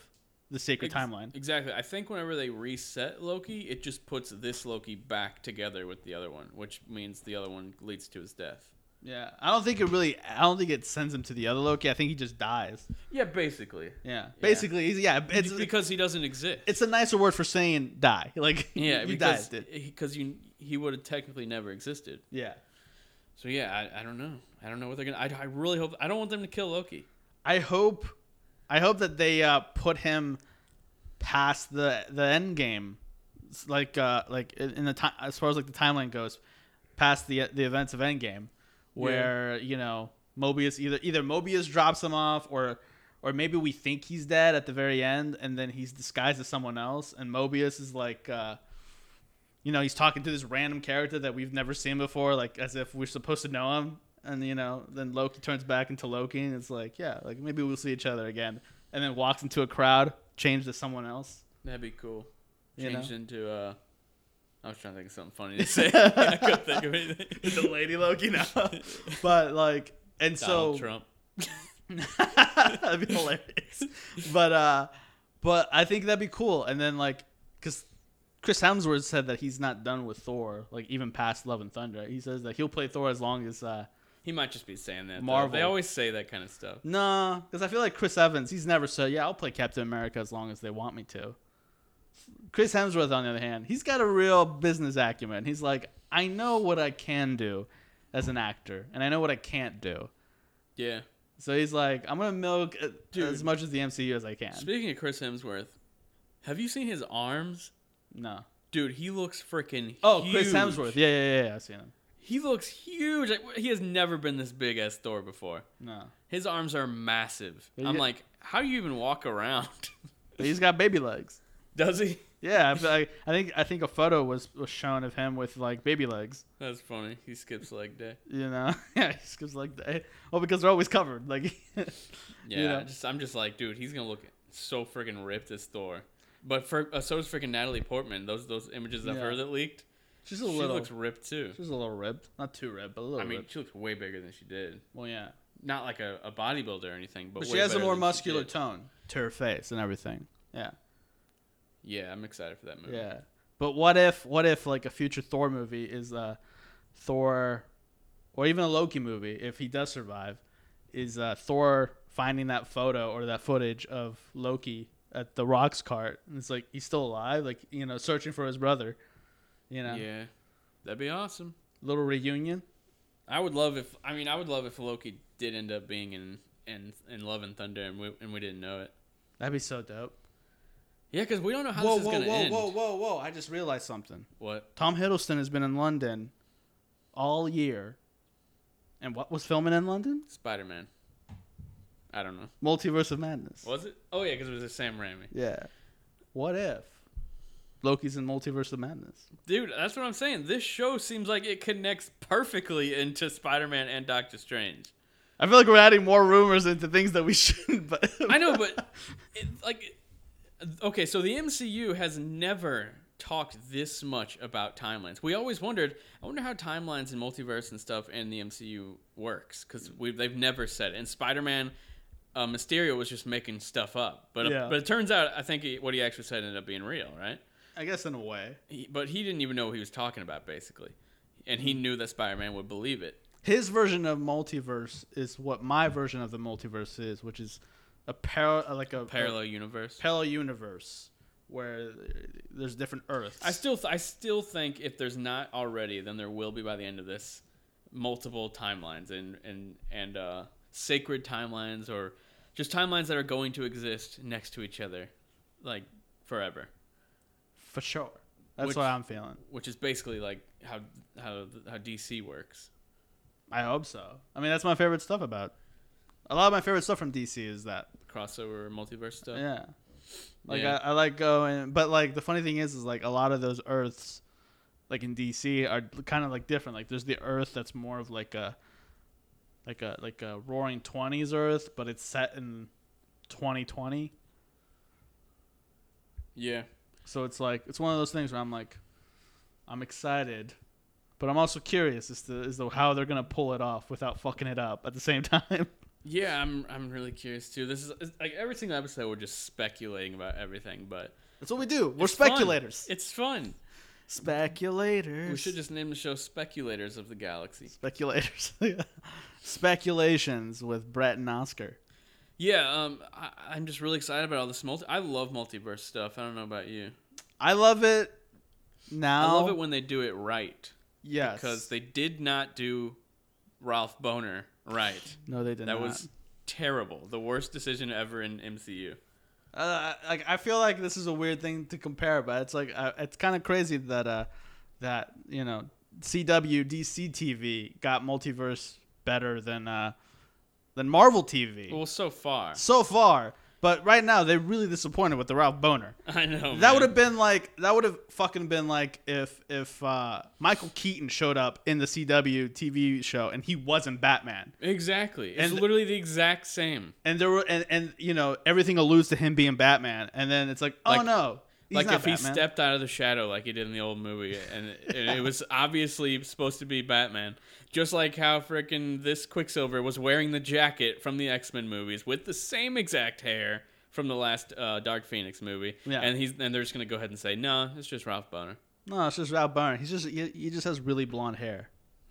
the sacred Ex- timeline. Exactly. I think whenever they reset Loki, it just puts this Loki back together with the other one, which means the other one leads to his death. Yeah, I don't think it really. I don't think it sends him to the other Loki. I think he just dies. Yeah, basically. Yeah, basically, he's, yeah. It's because he doesn't exist. it's a nicer word for saying die. Like yeah, you died. because Dude. because you he would have technically never existed. Yeah, So yeah, I, I don't know. I don't know what they're gonna. I, I really hope. I don't want them to kill Loki. I hope, I hope that they uh, put him past the the end game, It's like uh, like in in the time as far as like the timeline goes, past the the events of Endgame, where you know Mobius either either Mobius drops him off or. Or maybe we think he's dead at the very end, and then he's disguised as someone else. And Mobius is like, uh, you know, he's talking to this random character that we've never seen before, like as if we're supposed to know him. And you know, then Loki turns back into Loki, and it's like, yeah, like maybe we'll see each other again. And then walks into a crowd, changed to someone else. That'd be cool. You know? Changed into uh, I was trying to think of something funny to say. I couldn't think of anything. The lady Loki, no. but like, and Donald so Trump. that'd be hilarious. But uh, but I think that'd be cool. And then like, cause Chris Hemsworth said that he's not done with Thor, like even past Love and Thunder. He says that he'll play Thor as long as uh, He might just be saying that. though. Marvel. They always say that kind of stuff. No, because I feel like Chris Evans, he's never said, yeah, I'll play Captain America as long as they want me to. Chris Hemsworth, on the other hand, he's got a real business acumen. He's like, I know what I can do as an actor, and I know what I can't do. Yeah. So he's like, I'm going to milk uh, Dude. as much of the MCU as I can. Speaking of Chris Hemsworth, have you seen his arms? no. Dude, he looks freaking Oh, huge. Chris Hemsworth. Yeah, yeah, yeah, yeah. I've seen him. He looks huge. Like, he has never been this big as Thor before. No. His arms are massive. Yeah, I'm yeah. like, how do you even walk around? But he's got baby legs. Does he? Yeah, I, feel like, I think I think a photo was, was shown of him with like baby legs. That's funny. He skips leg day. You know, yeah, he skips like that. Well, because they're always covered. Like, Yeah, You know. I just I'm just like, dude, he's gonna look so freaking ripped as Thor. But for uh, so is freaking Natalie Portman. Those those images of Yeah. her that leaked, she's she looks ripped too. She's a little ripped, not too ripped, but a little I mean, ripped. she looks way bigger than she did. Well, yeah, Not like a, a bodybuilder or anything, but, but way she has a better more than she muscular did. tone to her face and everything. Yeah, Yeah, I'm excited for that movie. yeah. But what if, what if like a future Thor movie is uh, Thor, or even a Loki movie, if he does survive, is uh, Thor finding that photo or that footage of Loki at the rocks cart, and it's like he's still alive, like you know, searching for his brother. You know, Yeah. That'd be awesome. little reunion. I would love if I mean I would love if Loki did end up being in in, in Love and Thunder and we and we didn't know it. That'd be so dope. Yeah, because we don't know how whoa, this is whoa, gonna whoa, end. whoa, whoa, whoa! I just realized something. What? Tom Hiddleston has been in London all year. And what was filming in London? Spider Man. I don't know. Multiverse of Madness. Was it? Oh yeah, because it was a Sam Raimi. Yeah. What if Loki's in Multiverse of Madness? Dude, that's what I'm saying. This show seems like it connects perfectly into Spider Man and Doctor Strange. I feel like we're adding more rumors into things that we shouldn't. But I know, but it, like, okay, so the MCU has never talked this much about timelines. We always wondered, I wonder how timelines and multiverse and stuff and the MCU works because we they've never said it. And Spider Man, uh, Mysterio was just making stuff up, but Yeah. but it turns out I think he, what he actually said ended up being real, right? I guess in a way. He, but he didn't even know what he was talking about basically, and he knew that Spider Man would believe it. His version of multiverse is what my version of the multiverse is, which is a par- like a Parallel universe. parallel universe where there's different Earths. I still, th- I still think if there's not already, then there will be by the end of this, multiple timelines and and and uh, sacred timelines or just timelines that are going to exist next to each other, like forever. for sure. That's Which- what I'm feeling. Which is basically like how how how DC works. I hope so. I mean, that's my favorite stuff about. A lot of my favorite stuff from DC is that. Crossover multiverse stuff. Yeah. Like Yeah. I, I like going, but like the funny thing is, is like a lot of those Earths, like in DC, are kind of like different. Like there's the Earth that's more of like a, like a like a Roaring Twenties Earth, but it's set in 2020. Yeah. So it's like it's one of those things where I'm like, I'm excited, but I'm also curious as to as to how they're gonna pull it off without fucking it up at the same time. Yeah, I'm I'm really curious too. This is it's- like every single episode we're just speculating about everything, but That's what we do. We're it's fun. speculators. It's fun. Speculators. We should just name the show Speculators of the Galaxy. speculators. Speculations with Brett and Oscar. Yeah, um, I, I'm just really excited about all this multi. I love multiverse stuff. I don't know about you. I love it. I Now, love it when they do it right Um, yes, because they did not do Ralph Boner right. no, they did that not. was terrible. The worst decision ever in MCU. uh, I- like I feel like this is a weird thing to compare, but it's like uh, it's kind of crazy that uh, that you know CW DC TV got multiverse better than uh, than Marvel TV Well, so far, so far. But right now, they really disappointed with the Ralph Boner. I know That man. would have been like that would have fucking been like if if uh, Michael Keaton showed up in the CW TV show and he wasn't Batman exactly. It's And- literally the exact same. and there were and, and you know everything alludes to him being Batman and then it's like oh Like- no he's like not if he Batman. stepped out of the shadow like he did in the old movie, and, and it was obviously supposed to be Batman, just like how frickin' this Quicksilver was wearing the jacket from the X Men movies with the same exact hair from the last uh, Dark Phoenix movie, Yeah. and he's and they're just gonna go ahead and say no, it's just Ralph Boner. no it's just Ralph Boner he's just he, he just has really blonde hair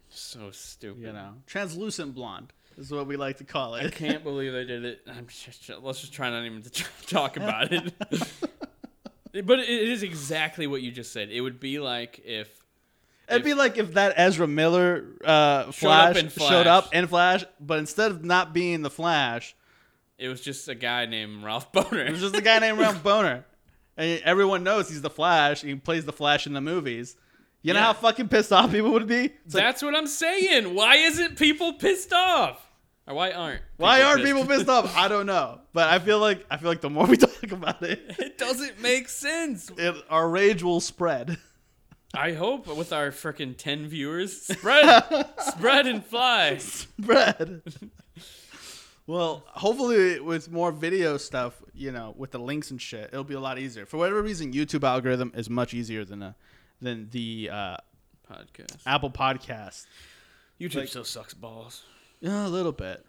So stupid. you know translucent blonde is what we like to call it I can't believe they did it. I'm just, let's just try not even to t- talk about it. but it it is exactly what you just said. It would be like if It'd be like if that Ezra Miller uh, Showed up Flash in Flash. showed up in Flash, but instead of not being the Flash, It was just a guy named Ralph Boner. There's just a guy named Ralph Boner. And everyone knows he's the Flash. He plays the Flash in the movies. You know Yeah. how fucking pissed off people would be? It's like, That's what I'm saying. Why isn't people pissed off? Or why aren't? why aren't people pissed off? I don't know. But I feel like I feel like the more we talk about it, It doesn't make sense. it our rage will spread. I hope with our freaking 10 viewers, spread, spread and fly. spread. well, hopefully with more video stuff, you know, with the links and shit, it'll be a lot easier. For whatever reason, YouTube algorithm is much easier than a, than the uh, Podcast. Apple Podcast. YouTube Like- still sucks balls. Yeah, a little bit.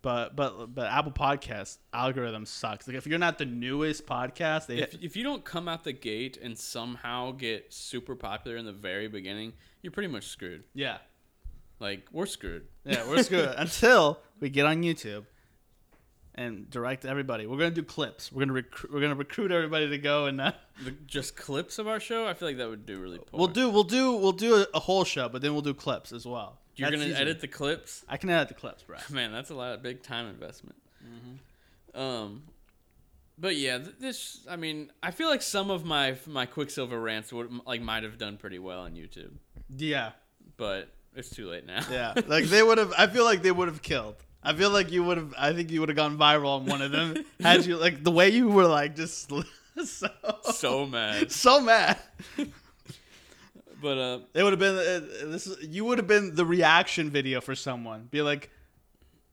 But but but Apple Podcast algorithm sucks. Like if you're not the newest podcast, they If, if you don't come out the gate and somehow get super popular in the very beginning, you're pretty much screwed. yeah Like, we're screwed. yeah we're screwed until we get on YouTube and direct everybody. We're gonna do clips. We're gonna recruit. We're gonna recruit everybody to go and uh, The, just clips of our show, I feel like that would do really poor. we'll do we'll do we'll do a, a whole show, but then we'll do clips as well. You're That's going to easier. edit the clips? I can edit the clips, bro. Man, that's a lot of big time investment. Mm-hmm. Um, but yeah, th- this. I mean, I feel like some of my my Quicksilver rants would like might have done pretty well on YouTube, Yeah. but it's too late now. Yeah, like they would have. I feel like they would have killed. I feel like you would have. I think you would have gone viral on one of them had you like the way you were like just so so mad. so mad. But uh, It would have been uh, this. is- You would have been the reaction video for someone. Be like,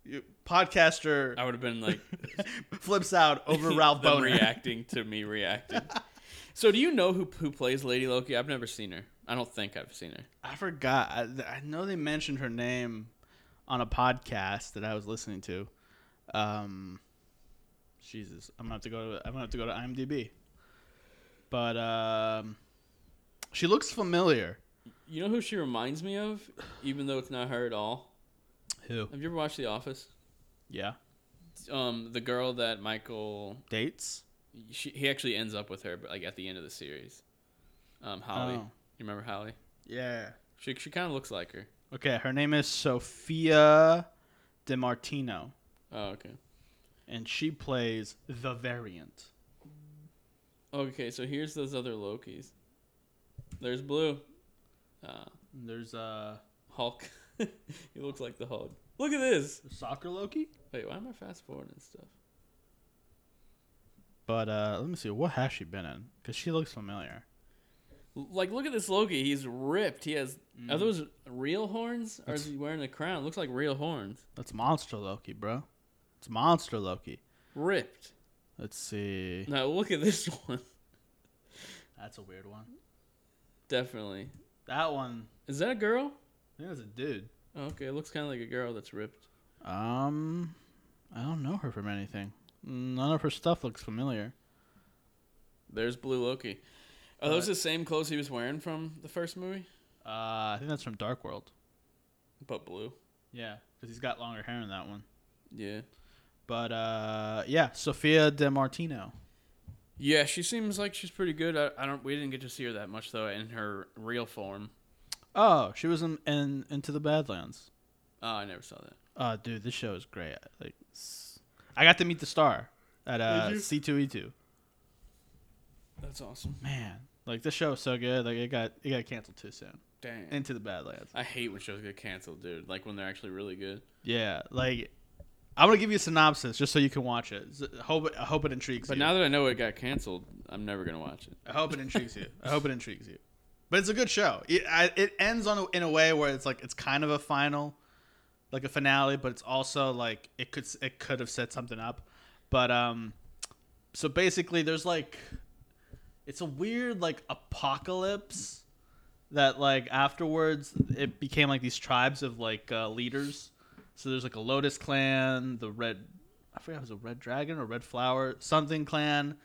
you- podcaster I would have been like flips out over Ralph them Boner. reacting to me reacting. So do you know who who plays Lady Loki? I've never seen her. I don't think I've seen her. I forgot. I, I know they mentioned her name on a podcast that I was listening to. Um, Jesus, I'm gonna have to go. To, I'm gonna have to go to IMDb. But um, she looks familiar. You know who she reminds me of, even though it's not her at all. Who? Have you ever watched The Office? Yeah. Um, the girl that Michael Dates. she, he actually ends up with her, but like at the end of the series. Um, Holly, Oh. you remember Holly? Yeah. She she kind of looks like her. Okay, her name is Sophia DeMartino, Oh, okay. and she plays the variant. Okay, so here's those other Lokis. There's Blue, uh, There's uh Hulk. he looks like the Hulk. Look at this. soccer Loki. Wait, why am I fast forwarding stuff? But uh, let me see, what has she been in? Because she looks familiar. L- Like, look at this Loki. He's ripped. He has. Mm-hmm. Are those real horns? Or is he wearing a crown? Looks like real horns. That's Monster Loki, bro. It's Monster Loki. Ripped. Let's see. Now look at this one. That's a weird one. Definitely. That one, Is that a girl? I think that's a dude. Oh, okay, it looks kind of like a girl that's ripped. Um, I don't know her from anything. None of her stuff looks familiar. There's Blue Loki. Are those the same clothes he was wearing from the first movie? Uh, I think that's from Dark World. But blue. Yeah, because he's got longer hair in that one. Yeah. But uh, yeah, Sophia DeMartino. Yeah, she seems like she's pretty good. I, I don't. We didn't get to see her that much though in her real form. Oh, she was in, in Into the Badlands. Oh, I never saw that. Oh, dude, this show is great. Like, s- I got to meet the star at uh, you? C two E two. That's awesome. Man, like this show is so good. Like it got it got canceled too soon. Dang. Into the Badlands. I hate when shows get canceled, dude. Like when they're actually really good. Yeah, like I'm gonna give you a synopsis just so you can watch it. S- Hope it, I hope it intrigues But you. now that I know it got canceled, I'm never gonna watch it. I hope it intrigues you. I hope it intrigues you. But it's a good show. It, I, it ends on a, in a way where it's like it's kind of a final, like a finale, but it's also like it could s- it could have set something up. But um, so basically, there's like, it's a weird like apocalypse that like afterwards it became like these tribes of like uh, leaders. So there's like a Lotus Clan, the Red, I forget it was a Red Dragon or Red Flower something Clan,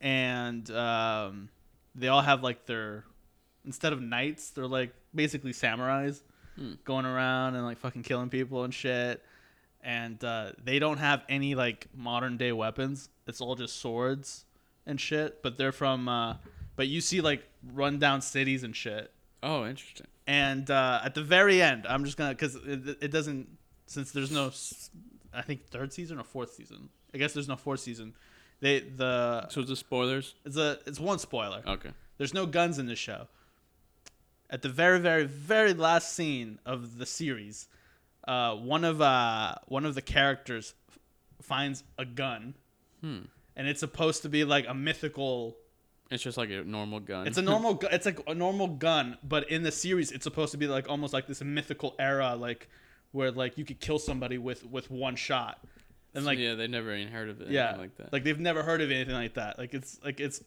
and um, they all have like their instead of knights, they're like basically samurais going around and like fucking killing people and shit. And uh, they don't have any like modern day weapons. It's all just swords and shit. But they're from. Uh, but you see like rundown cities and shit. Oh, interesting. And uh, at the very end, I'm just gonna because it, it doesn't since there's no, s- I think third season or fourth season. I guess there's no fourth season. They the So it's the spoilers. it's a it's one spoiler. Okay. There's no guns in the show. At the very, very, very last scene of the series, uh, one of uh, one of the characters f- finds a gun, and it's supposed to be like a mythical. It's just like a normal gun. It's a normal. gu- it's like a normal gun, but in the series, it's supposed to be like almost like this mythical era, like where like you could kill somebody with with one shot, and like yeah, they never even heard of it. yeah, anything like that. Like they've never heard of anything like that. Like it's like it's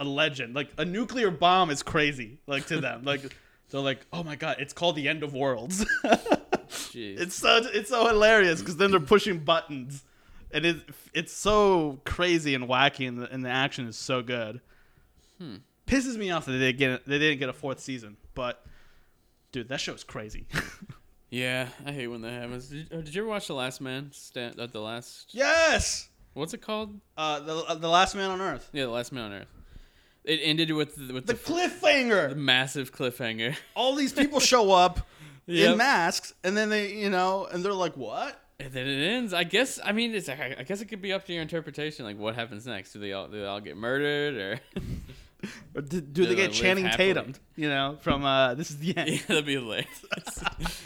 a legend. Like a nuclear bomb is crazy. Like to them, like they're like, oh my god, it's called the end of worlds. Jeez. it's so it's so hilarious because then they're pushing buttons, and it it's so crazy and wacky, and the, and the action is so good. Hmm. Pisses me off that they get they didn't get a fourth season, but dude, that show's crazy. yeah, I hate when that happens. Did, uh, did you ever watch The Last Man? Stand uh, the last. yes. What's it called? Uh, the, uh, the last man on earth. Yeah, the last man on earth. It ended with with The the, cliffhanger. massive cliffhanger. all these people show up Yep. in masks, and then they, you know, and they're like, "What?" And then it ends. I guess. I mean, it's. I guess it could be up to your interpretation. Like, what happens next? Do they all do they all get murdered, or Or do, do they They get live Channing happily. Tatum? You know, from uh, this is the yeah, end. that'd be hilarious.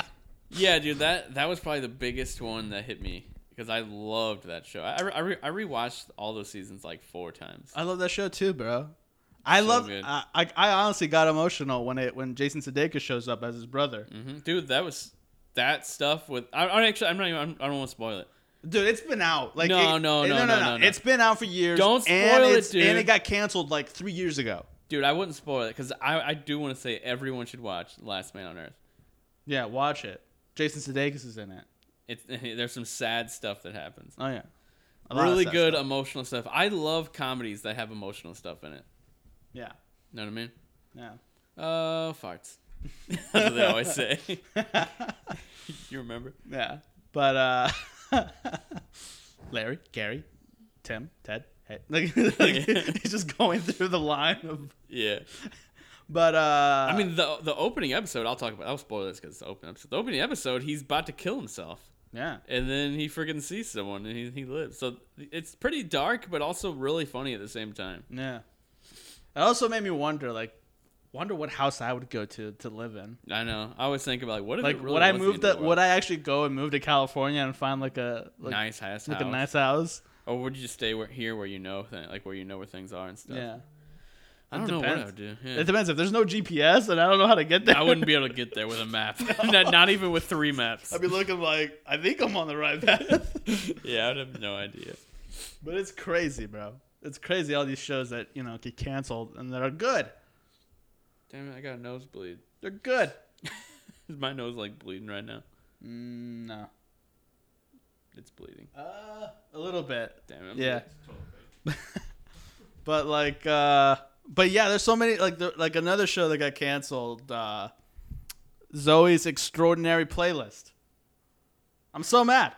yeah, dude, that that was probably the biggest one that hit me because I loved that show. I I, re- I rewatched all those seasons like four times. I love that show too, bro. I love. good. I, I I honestly got emotional when it when Jason Sudeikis shows up as his brother. Mm-hmm. hmm Dude, that was that stuff with. I, I actually, I'm not. Even, I'm, I don't want to spoil it. Dude, it's been out. Like No, it- no, no, no, no, no. It's been out for years. Don't spoil and it, it's- dude. And it got canceled like three years ago. Dude, I wouldn't spoil it because I, I do want to say everyone should watch Last Man on Earth. Yeah, watch it. Jason Sudeikis is in it. It's there's some sad stuff that happens. Oh yeah, A lot of Really sad good stuff. emotional stuff. I love comedies that have emotional stuff in it. Yeah, Know what I mean? yeah. Uh, farts. That's what they always say. you remember? Yeah. But uh Larry, Gary, Tim, Ted, hey. Like, like, he's just going through the line of Yeah. but uh I mean, the the opening episode, I'll talk about. I'll spoil this because it's the opening episode. The opening episode, he's about to kill himself, Yeah. and then he freaking sees someone, and he, he lives. So it's pretty dark, but also really funny at the same time. Yeah. It also made me wonder, like wonder what house I would go to to live in. I know. I always think about like, what if Like it really would I was the move end of that the would I actually go and move to California and find like a like, nice ass like house, a nice house? or would you just stay where, here where you know, th- like where you know where things are and stuff? Yeah. I don't It know what I depends. would do. It Yeah. depends. If there's no GPS and I don't know how to get there. I wouldn't be able to get there with a map, not, not even with three maps. I'd be looking like I think I'm on the right path. yeah, I'd have no idea. But it's crazy, bro. It's crazy all these shows that, you know, get canceled and that are good. Damn it, I got a nosebleed. They're good. Is my nose like bleeding right now? Mm, no. It's bleeding. Uh, a little bit. Damn it. I'm Yeah. bleeding. But like uh but yeah, there's so many like the, like another show that got canceled uh Zoe's extraordinary playlist. I'm so mad.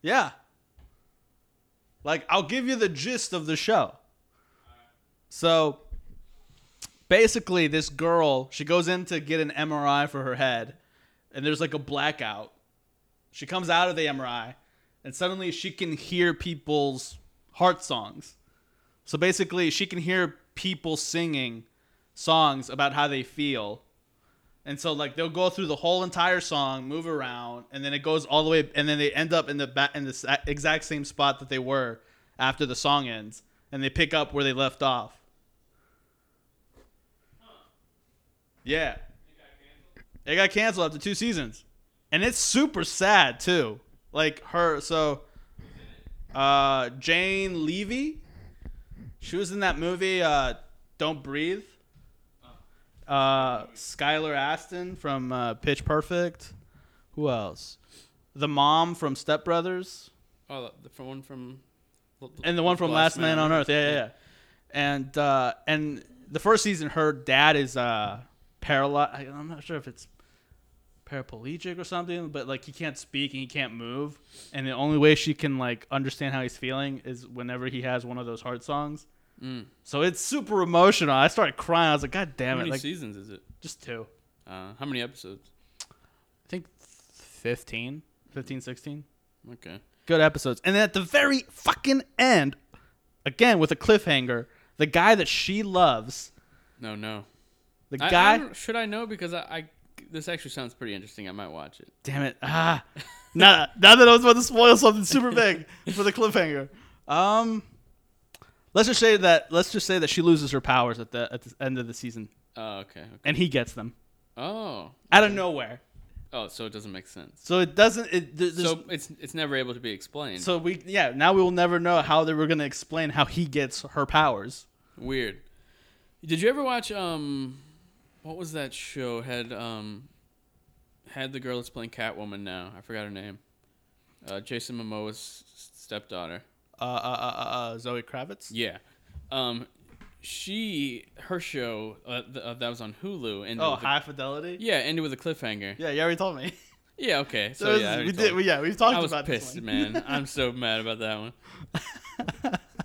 Yeah. Like, I'll give you the gist of the show. So, basically, this girl, she goes in to get an MRI for her head, and there's like a blackout. She comes out of the MRI, and suddenly she can hear people's heart songs. So, basically, she can hear people singing songs about how they feel. And so like they'll go through the whole entire song, move around, and then it goes all the way, and then they end up in the back in the sa- exact same spot that they were after the song ends, and they pick up where they left off. Yeah, it got canceled after two seasons, and it's super sad too. Like her, so uh, Jane Levy, she was in that movie uh, Don't Breathe uh, Skylar Aston from uh, Pitch Perfect. Who else? The mom from Step Brothers Oh, the- the, from one from. and the one from Last, Man, on Earth. Yeah, yeah, yeah. And uh, and the first season, her dad is uh, paralyzed. I'm not sure if it's paraplegic or something, but like he can't speak and he can't move, and the only way she can like understand how he's feeling is whenever he has one of those heart songs. Mm. So it's super emotional. I started crying. I was like, God How damn it! many Like seasons is it? just two. Uh, how many episodes? I think 15, 15, 16. Okay. Good episodes. And then at the very fucking end, again with a cliffhanger, the guy that she loves, No, no. the I- I guy. don't- should I know? Because I, I, this actually sounds pretty interesting. I might watch it. damn it. Ah. now, now that I was about to spoil something super big for the cliffhanger. Um. Let's just say that. Let's just say that she loses her powers at the at the end of the season, Oh, okay. okay. and he gets them Oh, out of nowhere. oh. So it doesn't make sense. So it doesn't. It, there- there's, So it's it's never able to be explained. so we yeah. Now we will never know how they were gonna explain how he gets her powers. Weird. Did you ever watch um, what was that show? Had um, had the girl that's playing Catwoman now. I forgot her name. Uh, Jason Momoa's s- stepdaughter. uh, uh, uh, uh, uh, Zoe Kravitz. Yeah. Um, she her show uh, th- uh, that was on Hulu ended. Oh, with a- High Fidelity. yeah, ended with a cliffhanger. Yeah, Yeah, you already told me. okay. So, So yeah, I we already did. told- We, yeah, we've talked I was about pissed, this one. man. I'm so mad about that one.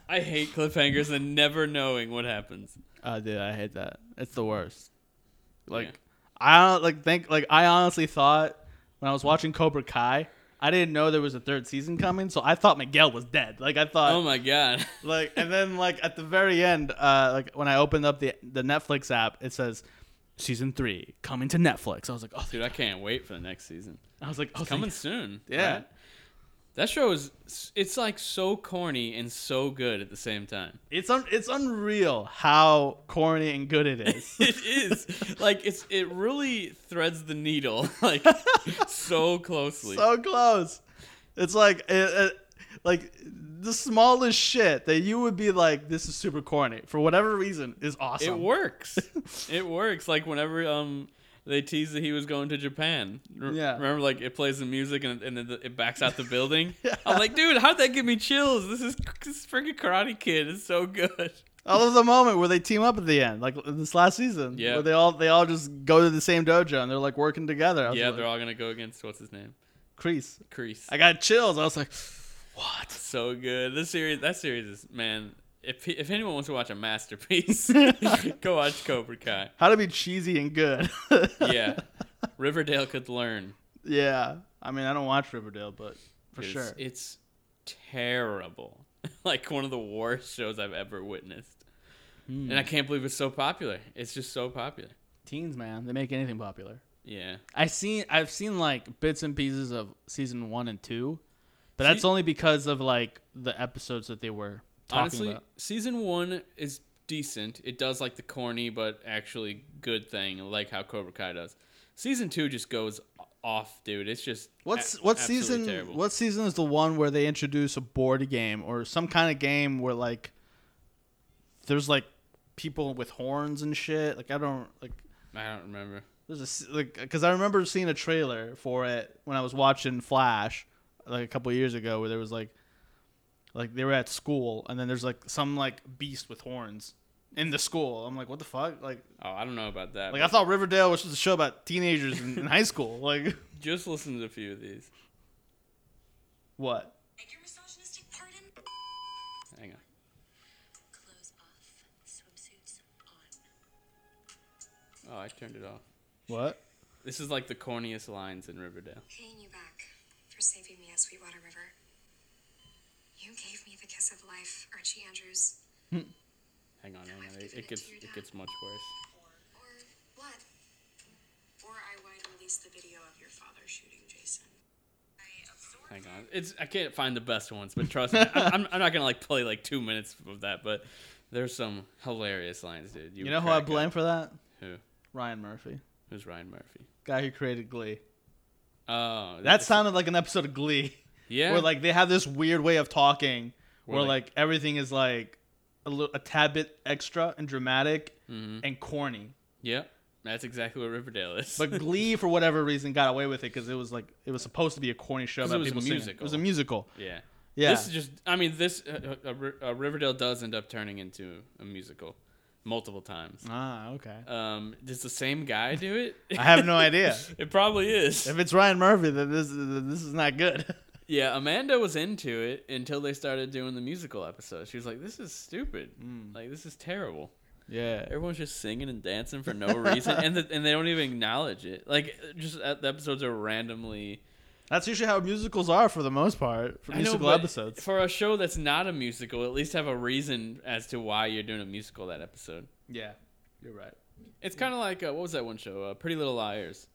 I hate cliffhangers and never knowing what happens. Oh, dude, I hate that. It's the worst. Like, Yeah. I don't like think like I honestly thought when I was watching Cobra Kai, I didn't know there was a third season coming, so I thought Miguel was dead. Like I thought, oh my god. like, and then like at the very end, uh, like when I opened up the the Netflix app, it says season three coming to Netflix. I was like, oh, Dude, I can't wait for the next season. I was like, oh, Coming thank- soon. yeah. right? That show is it's like so corny and so good at the same time. It's un- it's unreal how corny and good it is. It is. like it's it really threads the needle like so closely. so close. It's like it, it, like the smallest shit that you would be like, this is super corny for whatever reason is awesome. It works. it works. Like whenever um they teased that he was going to Japan. R- Yeah. Remember, like it plays the music and, and then the, it backs out the building. Yeah. I'm like, dude, how'd that give me chills? This is this is freaking Karate Kid is so good. I love the moment where they team up at the end, like this last season. Yeah. Where they all they all just go to the same dojo and they're like working together. I was Yeah, like, they're all gonna go against what's his name, crease. Crease. I got chills. I was like, what? so good. This series, that series is man. If he- if anyone wants to watch a masterpiece, go watch Cobra Kai. How to be cheesy and good. Yeah, Riverdale could learn. yeah. I mean, I don't watch Riverdale, but for 'cause sure. it's terrible. like one of the worst shows I've ever witnessed. Hmm. And I can't believe it's so popular. It's just so popular. Teens, man, they make anything popular. Yeah. I seen I've seen like bits and pieces of season one and two, but See- that's only because of like the episodes that they were talking Honestly, about. season one is decent. It does like the corny but actually good thing, like how Cobra Kai does. Season two just goes off, dude. It's just What's a- what absolutely season? terrible. What season is the one where they introduce a board game or some kind of game where like there's like people with horns and shit? Like I don't like I don't remember. there's a s- like because I remember seeing a trailer for it when I was watching Flash like a couple years ago where there was like like they were at school and then there's like some like beast with horns in the school. I'm like, what the fuck? Like Oh, I don't know about that. like I but thought Riverdale was just a show about teenagers in, in high school. Like just listen to a few of these. what? Beg your misogynistic pardon? Hang on. Clothes off, swimsuits on. Oh, I turned it off. What? This is like the corniest lines in Riverdale. Paying you back for saving me at Sweetwater River. You gave me the kiss of life, Archie Andrews. Hang on, hang on. It, it gets it gets much worse. Or what? Or I would release the video of your father shooting Jason. I absorb Hang on, it's I can't find the best ones, but trust me, I, I'm, I'm not gonna like play like two minutes of that. But there's some hilarious lines, dude. You would know who I crack up. blame for that? Who? Ryan Murphy, Who's Ryan Murphy? guy who created Glee. Oh, That that's sounded like an episode of Glee, yeah. where like they have this weird way of talking, where, Where, like, like- everything is like a, little, a tad bit extra and dramatic and corny. yeah, that's exactly what Riverdale is. But Glee, for whatever reason, got away with it because it was like it was supposed to be a corny show 'Cause about it was a people singing. It musical. was a musical. yeah, Yeah, This is just. I mean, this uh, uh, Ri- uh, Riverdale does end up turning into a musical, multiple times. ah okay. Um, does the same guy do it? I have no idea. it probably is. If it's Ryan Murphy, then this then this is not good. Yeah, Amanda was into it until they started doing the musical episode. She was like, "This is stupid. Like, this is terrible. Yeah, Hmm. Everyone's just singing and dancing for no reason, and the, and they don't even acknowledge it. Like, just uh, the episodes are randomly that's usually how musicals are for the most part. For I know, musical but episodes. for a show that's not a musical. At least have a reason as to why you're doing a musical that episode. Yeah, you're right. It's kind of like uh, what was that one show? Uh, Pretty Little Liars.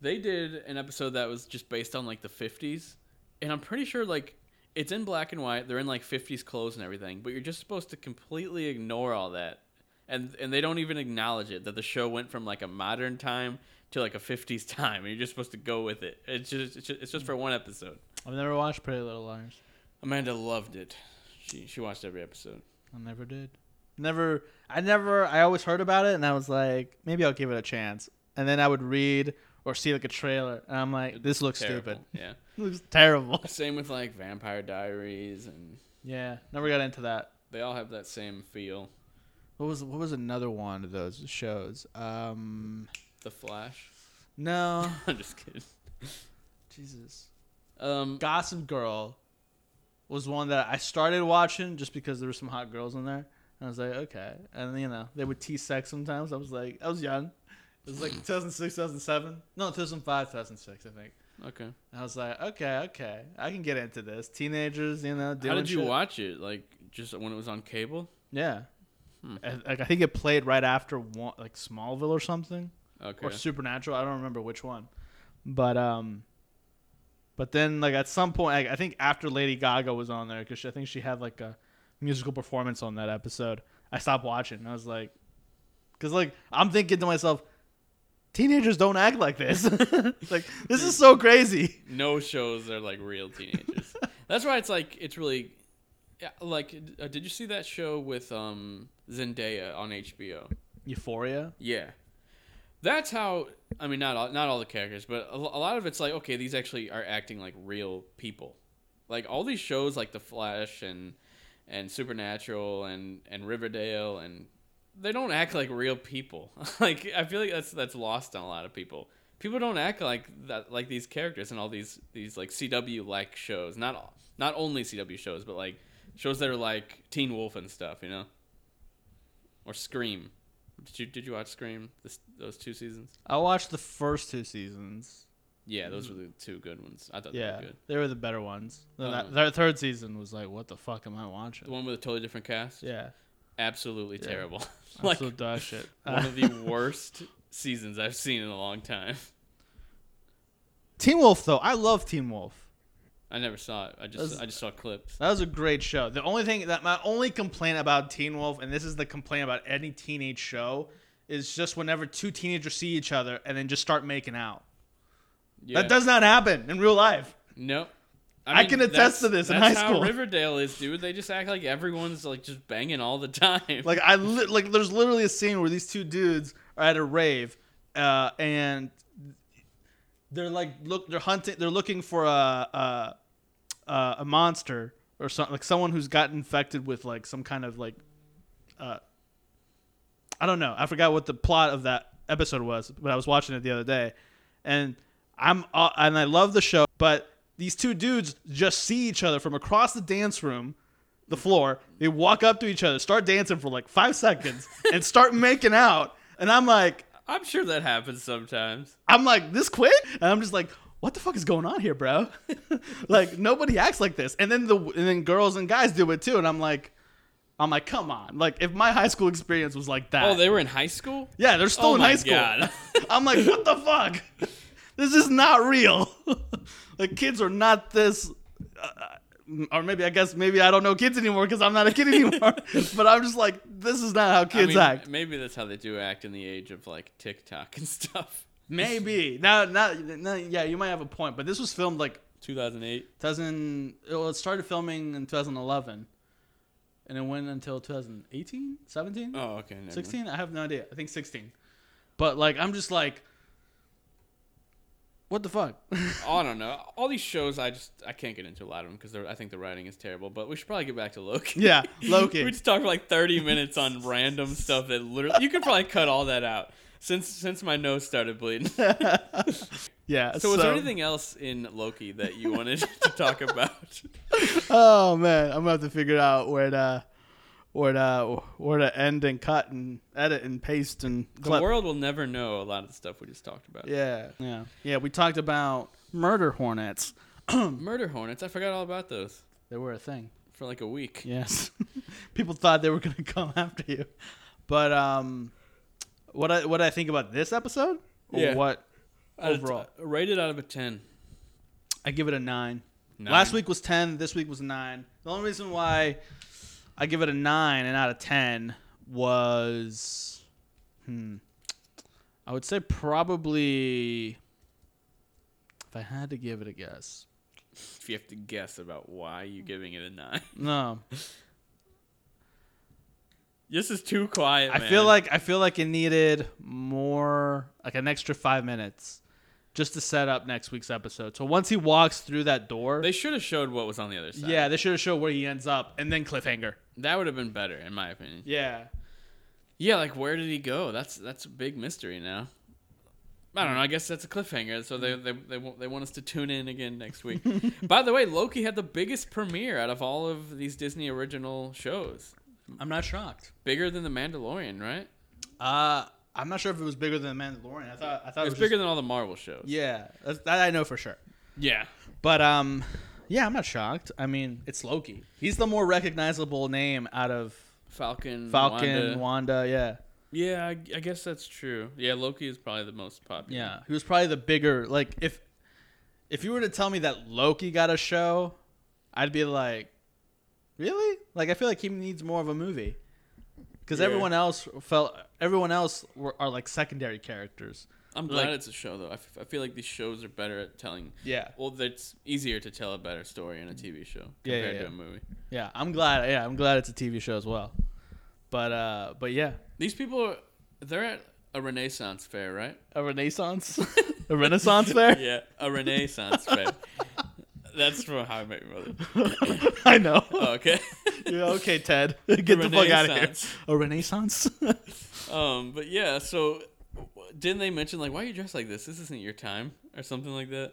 They did an episode that was just based on like the 50s, and I'm pretty sure like it's in black and white. They're in like 50s clothes and everything, but you're just supposed to completely ignore all that, and and they don't even acknowledge it that the show went from like a modern time to like a 50s time, and you're just supposed to go with it. It's just it's just, it's just for one episode. I've never watched Pretty Little Liars. Amanda loved it. She she watched every episode. I never did. Never. I never. I always heard about it, and I was like, maybe I'll give it a chance. And then I would read or see like a trailer, and I'm like, this looks Terrible. stupid. Yeah. It looks terrible. Same with like Vampire Diaries, and Yeah, never got into that. they all have that same feel. What was what was another one of those shows? Um, The Flash. no, I'm just kidding. Jesus. Um, Gossip Girl was one that I started watching just because there were some hot girls in there. And I was like, okay. And you know, they would tease sex sometimes. I was like, I was young. It was like 2006, 2007. No, 2005, 2006, I think. okay. And I was like, okay, okay, I can get into this. Teenagers, you know, doing How did you shit. watch it? Like just when it was on cable? Yeah. Hmm. I- Like I think it played right after one, like Smallville or something. Okay. or Supernatural. I don't remember which one, but um, but then like at some point, like, I think after Lady Gaga was on there because I think she had like a musical performance on that episode. I stopped watching. I was like, because like I'm thinking to myself, teenagers don't act like this. like this is so crazy. no shows are like real teenagers. That's why it's like it's really yeah, like uh, did you see that show with um Zendaya on HBO? Euphoria. Yeah. That's how I mean not all, not all the characters, but a, lo- a lot of it's like okay, these actually are acting like real people. Like all these shows like The Flash and and Supernatural and and Riverdale and they don't act like real people. like I feel like that's that's lost on a lot of people. People don't act like that like these characters and all these these like CW like shows. Not all- not only CW shows, but like shows that are like Teen Wolf and stuff, you know? Or Scream. Did you did you watch Scream? This, those two seasons? I watched the first two seasons. Yeah, those were the two good ones. I thought Mm-hmm. Yeah, they were good. they were the better ones. The, Uh-huh. their third season was like, what the fuck am I The watching? one with a totally different cast. Yeah, absolutely Yeah. terrible. like, like absolute dog shit. one of the worst seasons I've seen in a long time. Teen Wolf though, I love Teen Wolf. I never saw it. I just Those- I just saw clips. That was a great show. The only thing that my only complaint about Teen Wolf, and this is the complaint about any teenage show, is just whenever two teenagers see each other and then just start making out. Yeah. That does not happen in real life. no. I can attest that's- to this in that's high how school. Riverdale is, dude. They just act like everyone's like just banging all the time. Like I li- like there's literally a scene where these two dudes are at a rave, uh, and they're like look they're hunting they're looking for a a, a a monster or something like someone who's got infected with like some kind of like uh, I don't know I forgot what the plot of that episode was but I was watching it the other day and I'm uh, and I love the show but these two dudes just see each other from across the dance room the floor. They walk up to each other, start dancing for like five seconds, and start making out. And I'm like, I'm sure that happens sometimes. I'm like, this quit? And I'm just like, what the fuck is going on here, bro? like nobody acts like this. And then the and then girls and guys do it too. And I'm like, I'm like, come on. Like if my high school experience was like that, Oh, they were in high school? yeah, they're still oh in my high school. God. I'm like, what the fuck? This is not real. like kids are not this. Uh, or maybe I guess maybe I don't know kids anymore because I'm not a kid anymore. but I'm just like, this is not how I kids mean, act. Maybe that's how they do act in the age of like TikTok and stuff. Maybe now, now, now, yeah, you might have a point. But this was filmed like 2008. 2000. Well, it started filming in 2011, and it went until 2018, 17. Oh, okay. never mind. 16 i have no idea i think 16 but like i'm just like what the fuck Oh, I don't know. All these shows, I just I can't get into a lot of them because I think the writing is terrible. But we should probably get back to Loki. Yeah, Loki. we just talked for like 30 minutes on random stuff that literally you could probably cut all that out since since my nose started bleeding. so, yeah so, was there anything else in Loki that you wanted to talk about? oh man i'm gonna have to figure out where to where to where to end and cut and edit and paste and The clip. world will never know a lot of the stuff we just talked about. yeah yeah yeah we talked about murder hornets Murder hornets. I forgot all about those they were a thing for like a week. Yes. People thought they were going to come after you. But um what I what I think about this episode or Yeah. what Out of- overall? uh, rated out of a 10. I give it a 9. Nine. Last week was 10, this week was 9. The only reason why I give it a 9 and out of 10 was hmm I would say probably if I had to give it a guess. If you have to guess about why you're giving it a nine, No. this is too quiet. I man. feel like I feel like it needed more, like an extra five minutes, just to set up next week's episode. So once he walks through that door, they should have showed what was on the other side. yeah, they should have showed where he ends up and then cliffhanger. that would have been better, in my opinion. Yeah, Yeah, like where did he go? That's that's a big mystery now. I don't know. I guess that's a cliffhanger. So they they they, wa- they want us to tune in again next week. By the way, Loki had the biggest premiere out of all of these Disney original shows, I'm not shocked. bigger than The Mandalorian, right? Uh, I'm not sure if it was bigger than the Mandalorian. I thought I thought It it was was, bigger than all the Marvel shows. Just, yeah, that's, that I know for sure. Yeah. But um, yeah, I'm not shocked. I mean, it's Loki. He's the more recognizable name out of Falcon. Falcon, Wanda. Wanda yeah. Yeah, I, I guess that's true. Yeah, Loki is probably the most popular. Yeah, he was probably the bigger like if if you were to tell me that Loki got a show, I'd be like, really? Like I feel like he needs more of a movie. because Yeah. everyone else felt everyone else were, are like secondary characters. I'm glad Like- it's a show though. I, f- I feel like these shows are better at telling. Yeah. Well, it's easier to tell a better story in a TV show compared Yeah, yeah, to yeah. a movie. Yeah, I'm glad. Yeah, I'm glad it's a TV show as well. But uh, but yeah, These people, are, they're at a Renaissance fair, right? a renaissance, a renaissance fair. Yeah, a Renaissance fair. That's from How I Met Your Mother. I know. Oh, okay. Yeah, okay, Ted, get the fuck out of here. Renaissance. A renaissance. Um, but yeah, so w- didn't they mention like why are you dressed like this? This isn't your time or something like that.